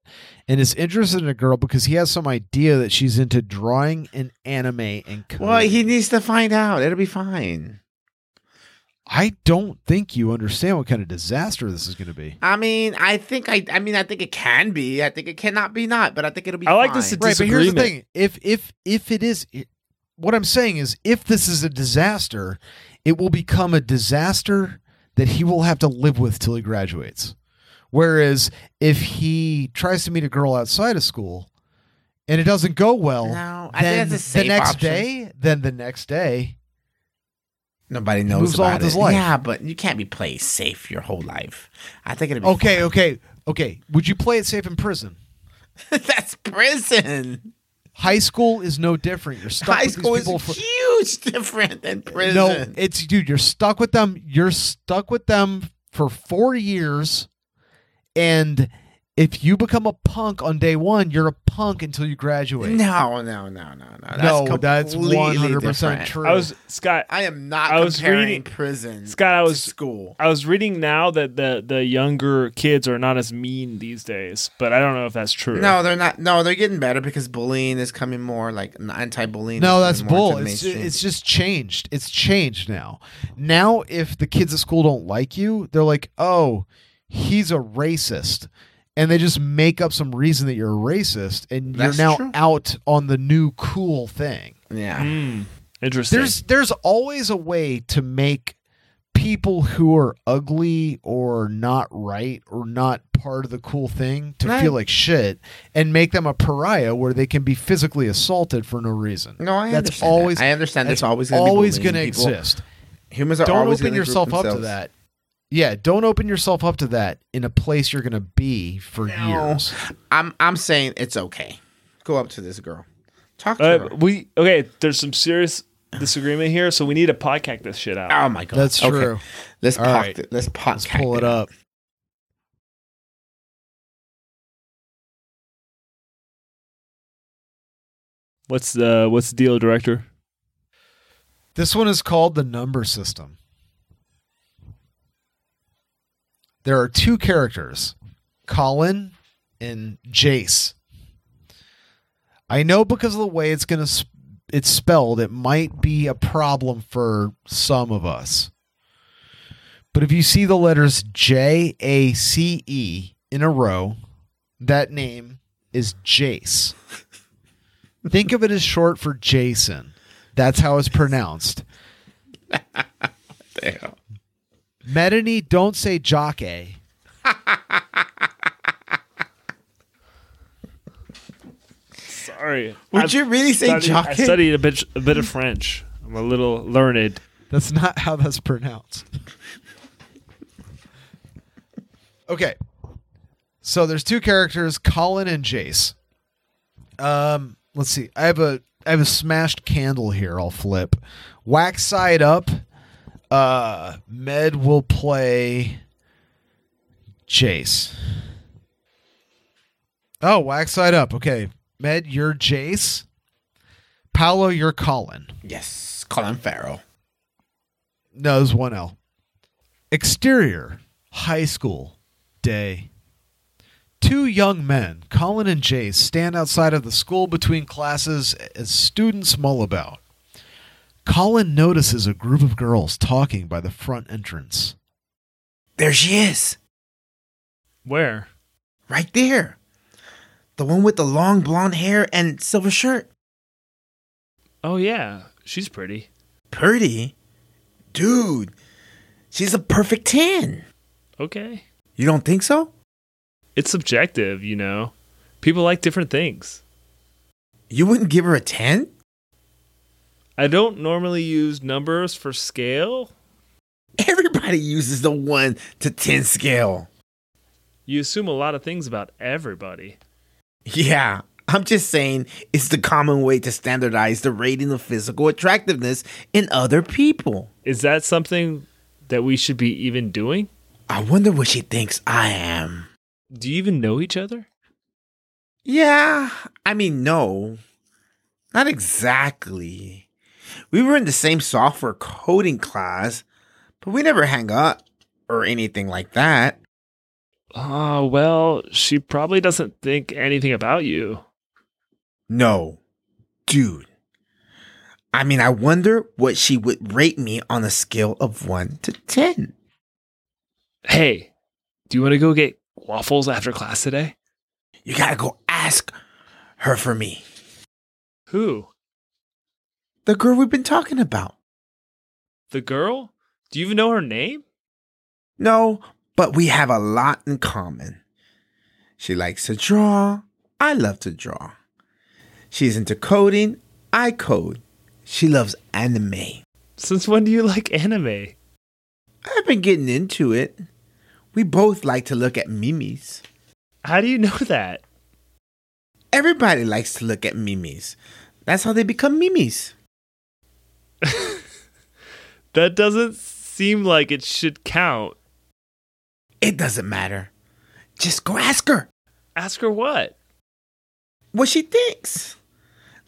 [SPEAKER 2] and is interested in a girl because he has some idea that she's into drawing and anime and coding.
[SPEAKER 3] Well, he needs to find out. It'll be fine.
[SPEAKER 2] I don't think you understand what kind of disaster this is going to be.
[SPEAKER 3] I mean, I think I. I mean, I think it can be. I think it cannot be not. But I think it'll be.
[SPEAKER 1] I like
[SPEAKER 3] fine.
[SPEAKER 1] this
[SPEAKER 2] Right, but here's the
[SPEAKER 1] disagreement.
[SPEAKER 2] thing: if if if it is, it, what I'm saying is, if this is a disaster, it will become a disaster that he will have to live with till he graduates. Whereas if he tries to meet a girl outside of school and it doesn't go well,
[SPEAKER 3] No, I
[SPEAKER 2] then
[SPEAKER 3] think that's a safe
[SPEAKER 2] the next
[SPEAKER 3] option.
[SPEAKER 2] day, then the next day,
[SPEAKER 3] Nobody knows
[SPEAKER 2] moves on
[SPEAKER 3] about
[SPEAKER 2] with his
[SPEAKER 3] it.
[SPEAKER 2] life.
[SPEAKER 3] Yeah, but you can't be played safe your whole life. I think it'll be
[SPEAKER 2] okay, okay, okay. Would you play it safe in prison?
[SPEAKER 3] fine. That's prison.
[SPEAKER 2] High school is no different. You're stuck
[SPEAKER 3] High
[SPEAKER 2] with
[SPEAKER 3] school
[SPEAKER 2] these
[SPEAKER 3] is
[SPEAKER 2] people for
[SPEAKER 3] huge different than prison.
[SPEAKER 2] No, it's dude, you're stuck with them. You're stuck with them for four years, and if you become a punk on day one, you're a punk until you graduate.
[SPEAKER 3] no, no, no, no, no. That's
[SPEAKER 2] no, that's one hundred percent
[SPEAKER 3] true.
[SPEAKER 2] true.
[SPEAKER 1] I was Scott.
[SPEAKER 3] I am not
[SPEAKER 1] I was
[SPEAKER 3] comparing
[SPEAKER 1] reading-
[SPEAKER 3] prison.
[SPEAKER 1] Scott, I
[SPEAKER 3] to
[SPEAKER 1] was-
[SPEAKER 3] school.
[SPEAKER 1] I was reading now that the the younger kids are not as mean these days, but I don't know if that's true.
[SPEAKER 3] No, they're not. No, they're getting better because bullying is coming more like n- anti-bullying.
[SPEAKER 2] no,
[SPEAKER 3] is
[SPEAKER 2] that's
[SPEAKER 3] coming more
[SPEAKER 2] bull.
[SPEAKER 3] into the
[SPEAKER 2] It's
[SPEAKER 3] mainstream.
[SPEAKER 2] it's just changed. It's changed now. Now, if the kids at school don't like you, they're like, "Oh, he's a racist," and they just make up some reason that you're a racist, and
[SPEAKER 3] That's
[SPEAKER 2] you're now
[SPEAKER 3] true.
[SPEAKER 2] out on the new cool thing.
[SPEAKER 3] yeah.
[SPEAKER 1] Hmm. interesting.
[SPEAKER 2] there's there's always a way to make people who are ugly or not right or not part of the cool thing to
[SPEAKER 3] Right.
[SPEAKER 2] feel like shit and make them a pariah where they can be physically assaulted for no reason.
[SPEAKER 3] No, I
[SPEAKER 2] that's
[SPEAKER 3] understand.
[SPEAKER 2] always
[SPEAKER 3] that. I understand. That's
[SPEAKER 2] that's
[SPEAKER 3] always gonna be
[SPEAKER 2] always
[SPEAKER 3] bullying
[SPEAKER 2] going to
[SPEAKER 3] people.
[SPEAKER 2] exist.
[SPEAKER 3] Humans are
[SPEAKER 2] Don't
[SPEAKER 3] always
[SPEAKER 2] open
[SPEAKER 3] gonna group
[SPEAKER 2] yourself up to
[SPEAKER 3] themselves.
[SPEAKER 2] that. Yeah, don't open yourself up to that in a place you're going to be for
[SPEAKER 3] No.
[SPEAKER 2] years.
[SPEAKER 3] I'm I'm saying it's okay. Go up to this girl. Talk to
[SPEAKER 1] uh,
[SPEAKER 3] her.
[SPEAKER 1] we okay. There's some serious disagreement here, so we need to podcast this shit out.
[SPEAKER 3] Oh my god.
[SPEAKER 2] That's
[SPEAKER 3] Okay.
[SPEAKER 2] true.
[SPEAKER 3] Let's
[SPEAKER 2] All
[SPEAKER 3] pop
[SPEAKER 2] right.
[SPEAKER 3] th- let's pop
[SPEAKER 2] Let's pull it up.
[SPEAKER 1] What's the what's the deal, director?
[SPEAKER 2] This one is called the number system. There are two characters, Colin and Jace. I know because of the way it's going to it's spelled, it might be a problem for some of us. But if you see the letters J A C E in a row, that name is Jace. Think of it as short for Jason. That's how it's pronounced.
[SPEAKER 3] Damn.
[SPEAKER 2] Medini, don't say jockey.
[SPEAKER 1] Sorry.
[SPEAKER 3] Would
[SPEAKER 1] I've
[SPEAKER 3] you really say
[SPEAKER 1] studied- I
[SPEAKER 3] jockey?
[SPEAKER 1] studied a bit a bit of French. I'm a little learned.
[SPEAKER 2] That's not how that's pronounced. okay. So there's two characters, Colin and Jace. Um, let's see. I have a I have a smashed candle here. I'll flip. Wax side up. Uh, Med will play Jace. Oh, wax side up. Okay, Med, you're Jace. Paolo, you're Colin.
[SPEAKER 3] Yes, Colin Farrell.
[SPEAKER 2] No, there's one L. Exterior, high school, day. Two young men, Colin and Jace, stand outside of the school between classes as students mull about. Colin notices a group of girls talking by the front entrance.
[SPEAKER 3] There she is.
[SPEAKER 1] Where?
[SPEAKER 3] Right there. The one with the long blonde hair and silver shirt.
[SPEAKER 1] Oh yeah, she's pretty.
[SPEAKER 3] Pretty? Dude, she's a perfect 10.
[SPEAKER 1] Okay.
[SPEAKER 3] You don't think so?
[SPEAKER 1] It's subjective, you know. People like different things.
[SPEAKER 3] You wouldn't give her a 10?
[SPEAKER 1] I don't normally use numbers for scale.
[SPEAKER 3] Everybody uses the 1 to 10 scale.
[SPEAKER 1] You assume a lot of things about everybody.
[SPEAKER 3] Yeah, I'm just saying it's the common way to standardize the rating of physical attractiveness in other people.
[SPEAKER 1] Is that something that we should be even doing?
[SPEAKER 3] I wonder what she thinks I am.
[SPEAKER 1] Do you even know each other?
[SPEAKER 3] Yeah, I mean, no, not exactly. We were in the same software coding class, but we never hang up or anything like that.
[SPEAKER 1] Ah, well, she probably doesn't think anything about you.
[SPEAKER 3] No, dude. I mean, I wonder what she would rate me on a scale of 1 to 10.
[SPEAKER 1] Hey, do you want to go get waffles after class today?
[SPEAKER 3] You gotta go ask her for me.
[SPEAKER 1] Who?
[SPEAKER 3] The girl we've been talking about.
[SPEAKER 1] The girl? Do you even know her name?
[SPEAKER 3] No, but we have a lot in common. She likes to draw. I love to draw. She's into coding. I code. She loves anime.
[SPEAKER 1] Since when do you like anime?
[SPEAKER 3] I've been getting into it. We both like to look at mimes.
[SPEAKER 1] How do you know that?
[SPEAKER 3] Everybody likes to look at mimes. That's how they become mimes.
[SPEAKER 1] That doesn't seem like it should count.
[SPEAKER 3] It doesn't matter. Just go ask her
[SPEAKER 1] Ask her what?
[SPEAKER 3] what she thinks.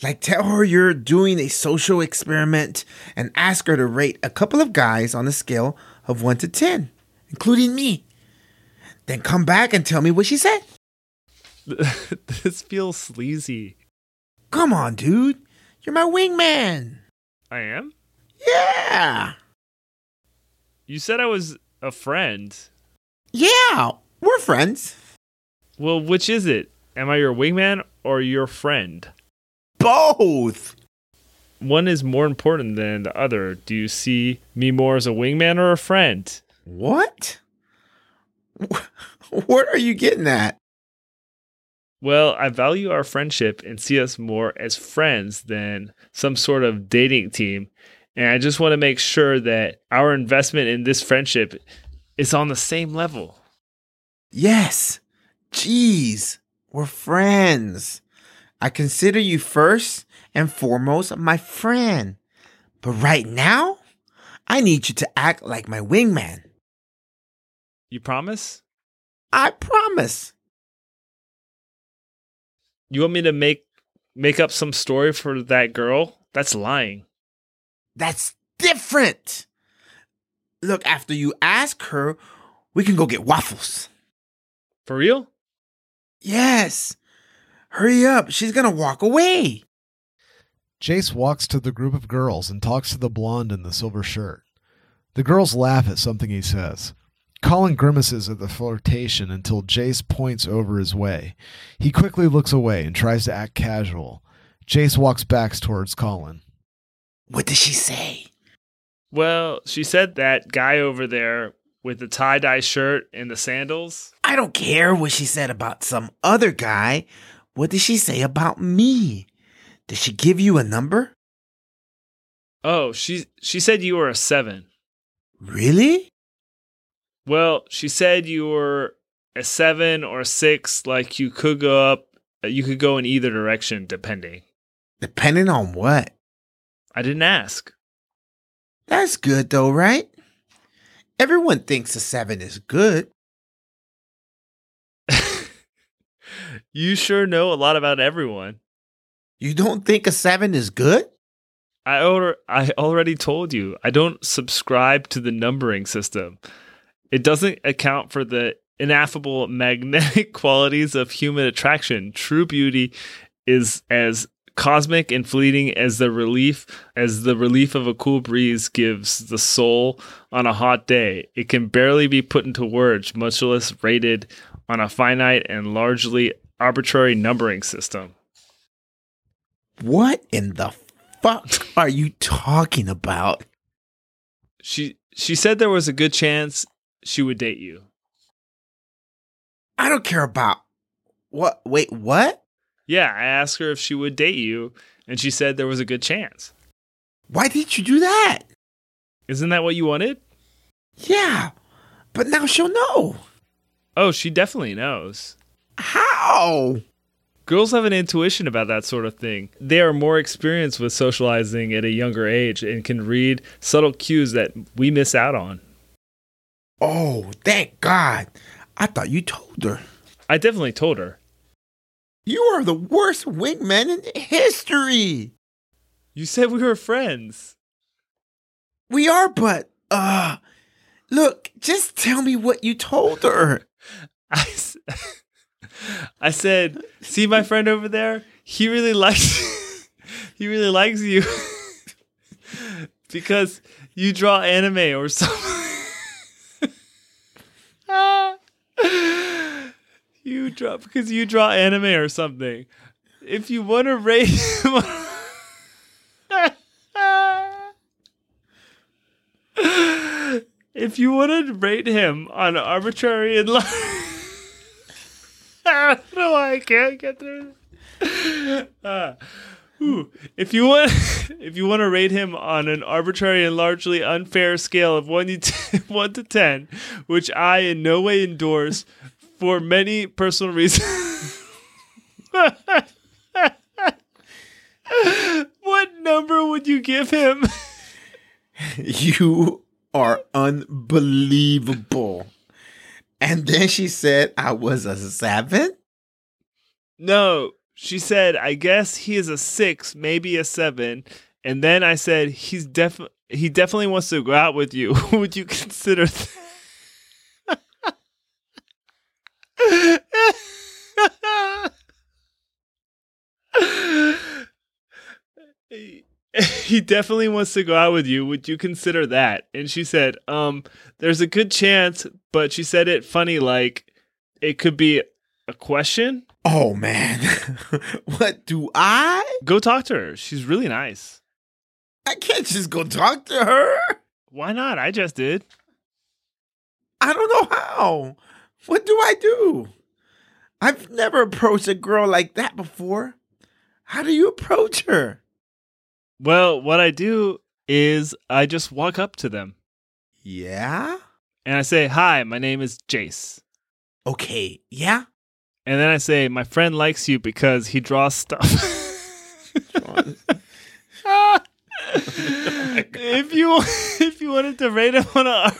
[SPEAKER 3] Like, tell her you're doing a social experiment and ask her to rate a couple of guys on a scale of 1 to 10, including me. Then come back and tell me what she said.
[SPEAKER 1] this feels sleazy.
[SPEAKER 3] Come on, dude. You're my wingman.
[SPEAKER 1] I am?
[SPEAKER 3] Yeah.
[SPEAKER 1] You said I was a friend.
[SPEAKER 3] Yeah. We're friends.
[SPEAKER 1] Well, which is it? Am I your wingman or your friend?
[SPEAKER 3] Both.
[SPEAKER 1] One is more important than the other. Do you see me more as a wingman or a friend?
[SPEAKER 3] What? Wh- What are you getting at?
[SPEAKER 1] Well, I value our friendship and see us more as friends than some sort of dating team. And I just want to make sure that our investment in this friendship is on the same level.
[SPEAKER 3] Yes. Jeez. We're friends. I consider you first and foremost my friend. But right now, I need you to act like my wingman.
[SPEAKER 1] You promise?
[SPEAKER 3] I promise.
[SPEAKER 1] You want me to make make up some story for that girl? That's lying.
[SPEAKER 3] That's different. Look, after you ask her, we can go get waffles.
[SPEAKER 1] For real?
[SPEAKER 3] Yes. Hurry up. She's going to walk away.
[SPEAKER 2] Jace walks to the group of girls and talks to the blonde in the silver shirt. The girls laugh at something he says. Colin grimaces at the flirtation until Jace points over his way. He quickly looks away and tries to act casual. Jace walks back towards Colin.
[SPEAKER 3] What did she say?
[SPEAKER 1] Well, she said that guy over there with the tie-dye shirt and the sandals.
[SPEAKER 3] I don't care what she said about some other guy. What did she say about me? Did she give you a number?
[SPEAKER 1] Oh, she she said you were a 7.
[SPEAKER 3] Really?
[SPEAKER 1] Well, she said you were a 7 or a 6 like you could go up you could go in either direction depending.
[SPEAKER 3] Depending on what?
[SPEAKER 1] I didn't ask.
[SPEAKER 3] That's good though, right? Everyone thinks a seven is good.
[SPEAKER 1] You sure know a lot about everyone.
[SPEAKER 3] You don't think a seven is good?
[SPEAKER 1] I or, I already told you I don't subscribe to the numbering system. It doesn't account for the ineffable magnetic qualities of human attraction. True beauty is as cosmic and fleeting as the relief as the relief of a cool breeze gives the soul on a hot day. It can barely be put into words, much less rated on a finite and largely arbitrary numbering system.
[SPEAKER 3] What in the fuck are you talking about?
[SPEAKER 1] She she said there was a good chance she would date you.
[SPEAKER 3] I don't care about what wait, what?
[SPEAKER 1] Yeah, I asked her if she would date you, and she said there was a good chance.
[SPEAKER 3] Why did you do that?
[SPEAKER 1] Isn't that what you wanted?
[SPEAKER 3] Yeah. But now she'll know.
[SPEAKER 1] Oh, she definitely knows.
[SPEAKER 3] How?
[SPEAKER 1] Girls have an intuition about that sort of thing. They are more experienced with socializing at a younger age and can read subtle cues that we miss out on.
[SPEAKER 3] Oh, thank God. I thought you told her.
[SPEAKER 1] I definitely told her.
[SPEAKER 3] You are the worst wingman in history.
[SPEAKER 1] You said we were friends.
[SPEAKER 3] We are, but, uh, look, just tell me what you told her.
[SPEAKER 1] I, s- I said, see my friend over there? He really likes he really likes you because you draw anime or something. you draw because you draw anime or something. If you want to rate If you want to rate him on arbitrary and li- I don't know why I can't get through. this. Uh, ooh. if you want, if you want to rate him on an arbitrary and largely unfair scale of one to ten, one to ten, which I in no way endorse for many personal reasons. what number would you give him?
[SPEAKER 3] You are unbelievable. And then she said I was a seven?
[SPEAKER 1] No, she said, I guess he is a six, maybe a seven. And then I said, he's def he definitely wants to go out with you. Would you consider that? he definitely wants to go out with you. Would you consider that? And she said, um, there's a good chance, but she said it funny like it could be a question.
[SPEAKER 3] Oh, man. what do I?
[SPEAKER 1] Go talk to her. She's really nice.
[SPEAKER 3] I can't just go talk to her.
[SPEAKER 1] Why not? I just did.
[SPEAKER 3] I don't know how. What do I do? I've never approached a girl like that before. How do you approach her?
[SPEAKER 1] Well, what I do is I just walk up to them
[SPEAKER 3] Yeah?
[SPEAKER 1] and I say, Hi, my name is Jace.
[SPEAKER 3] Okay, yeah?
[SPEAKER 1] And then I say, My friend likes you because he draws stuff. if you if you wanted to rate him on a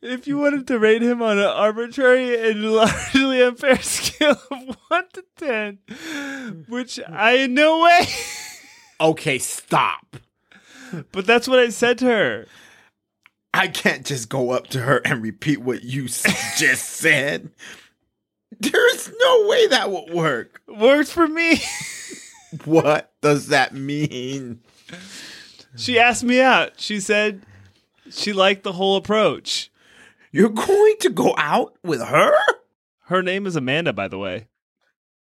[SPEAKER 1] if you wanted to rate him on an arbitrary and largely unfair scale of one to ten, which I in no way,
[SPEAKER 3] okay, stop.
[SPEAKER 1] but that's what I said to her.
[SPEAKER 3] I can't just go up to her and repeat what you s- just said. There's no way that would work.
[SPEAKER 1] Worked for me.
[SPEAKER 3] What does that mean?
[SPEAKER 1] She asked me out. She said she liked the whole approach.
[SPEAKER 3] You're going to go out with her?
[SPEAKER 1] Her name is Amanda, by the way.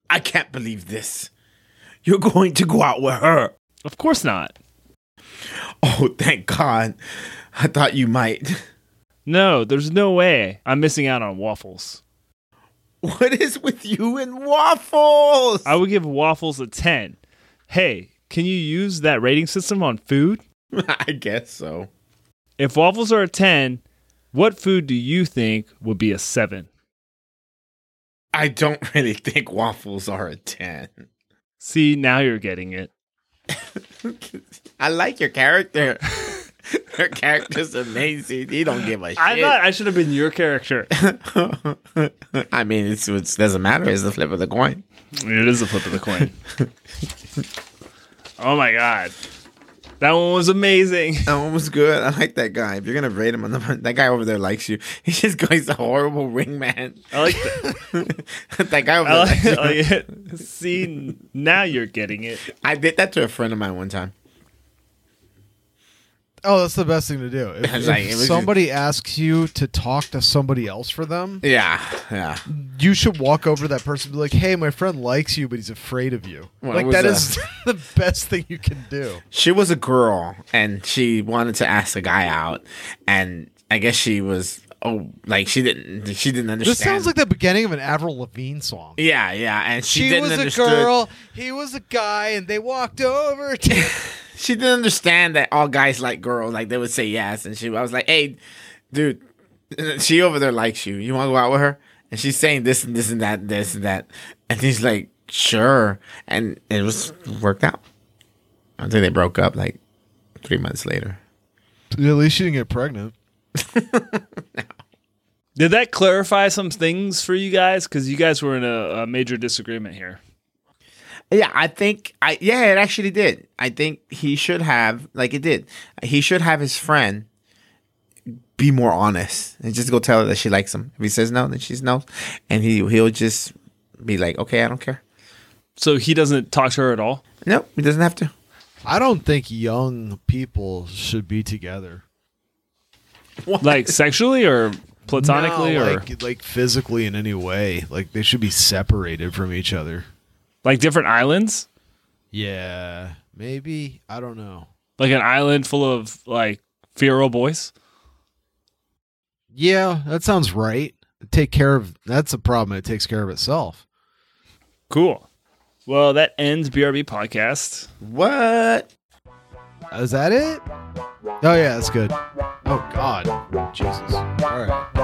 [SPEAKER 3] I can't believe this. You're going to go out with her.
[SPEAKER 1] Of course not.
[SPEAKER 3] Oh, thank God. I thought you might.
[SPEAKER 1] No, there's no way I'm missing out on waffles.
[SPEAKER 3] What is with you and waffles?
[SPEAKER 1] I would give waffles a 10. Hey, can you use that rating system on food?
[SPEAKER 3] I guess so.
[SPEAKER 1] If waffles are a 10, what food do you think would be a 7?
[SPEAKER 3] I don't really think waffles are a 10.
[SPEAKER 1] See, now you're getting it.
[SPEAKER 3] I like your character. Your character's amazing. You don't give a shit.
[SPEAKER 1] I thought I should have been your character.
[SPEAKER 3] I mean, it's, it doesn't matter. It's the flip of the coin.
[SPEAKER 1] It is a flip of the coin. oh my god. That one was amazing.
[SPEAKER 3] That one was good. I like that guy. If you're gonna rate him, on the, that guy over there likes you. He just goes, he's a horrible wingman.
[SPEAKER 1] I like that.
[SPEAKER 3] that guy over
[SPEAKER 1] I like,
[SPEAKER 3] there. likes
[SPEAKER 1] I
[SPEAKER 3] you.
[SPEAKER 1] like it. See, now you're getting it.
[SPEAKER 3] I did that to a friend of mine one time.
[SPEAKER 2] Oh, that's the best thing to do. If,
[SPEAKER 3] It's like,
[SPEAKER 2] if
[SPEAKER 3] it was just-
[SPEAKER 2] somebody asks you to talk to somebody else for them,
[SPEAKER 3] Yeah, yeah.
[SPEAKER 2] you should walk over to that person and be like, "Hey, my friend likes you, but he's afraid of you."
[SPEAKER 3] Well, it
[SPEAKER 2] like
[SPEAKER 3] was,
[SPEAKER 2] that
[SPEAKER 3] uh,
[SPEAKER 2] is the best thing you can do.
[SPEAKER 3] she was a girl and she wanted to ask a guy out and i guess she was oh like she didn't she didn't understand
[SPEAKER 2] This sounds like the beginning of an Avril Lavigne song.
[SPEAKER 3] yeah yeah and she,
[SPEAKER 2] she
[SPEAKER 3] didn't
[SPEAKER 2] was a
[SPEAKER 3] understand
[SPEAKER 2] girl, he was a guy, and they walked over. To-
[SPEAKER 3] she didn't understand that all guys like girls like they would say yes and she i was like hey dude she over there likes you. You want to go out with her? And she's saying this and this and that and this and that. And he's like, sure. And it was worked out. I think they broke up like three months later.
[SPEAKER 2] At least she didn't get pregnant.
[SPEAKER 1] Did that clarify some things for you guys? Because you guys were in a, a major disagreement here.
[SPEAKER 3] Yeah, I think I yeah, it actually did. I think he should have like it did. He should have his friend be more honest and just go tell her that she likes him. If he says no, then she's no, and he he'll just be like, okay, I don't care.
[SPEAKER 1] So he doesn't talk to her at all.
[SPEAKER 3] No, he doesn't have to.
[SPEAKER 2] I don't think young people should be together.
[SPEAKER 1] like sexually or platonically
[SPEAKER 2] No,
[SPEAKER 1] or like,
[SPEAKER 2] like, like physically in any way. Like they should be separated from each other.
[SPEAKER 1] different islands
[SPEAKER 2] Yeah, maybe I don't know.
[SPEAKER 1] like an island full of like feral boys
[SPEAKER 2] Yeah, that sounds right. Take care of that's a problem. It takes care of itself.
[SPEAKER 1] cool well that ends brb podcast
[SPEAKER 3] What?
[SPEAKER 2] Is that it? Oh yeah, that's good. Oh God, Jesus! All right.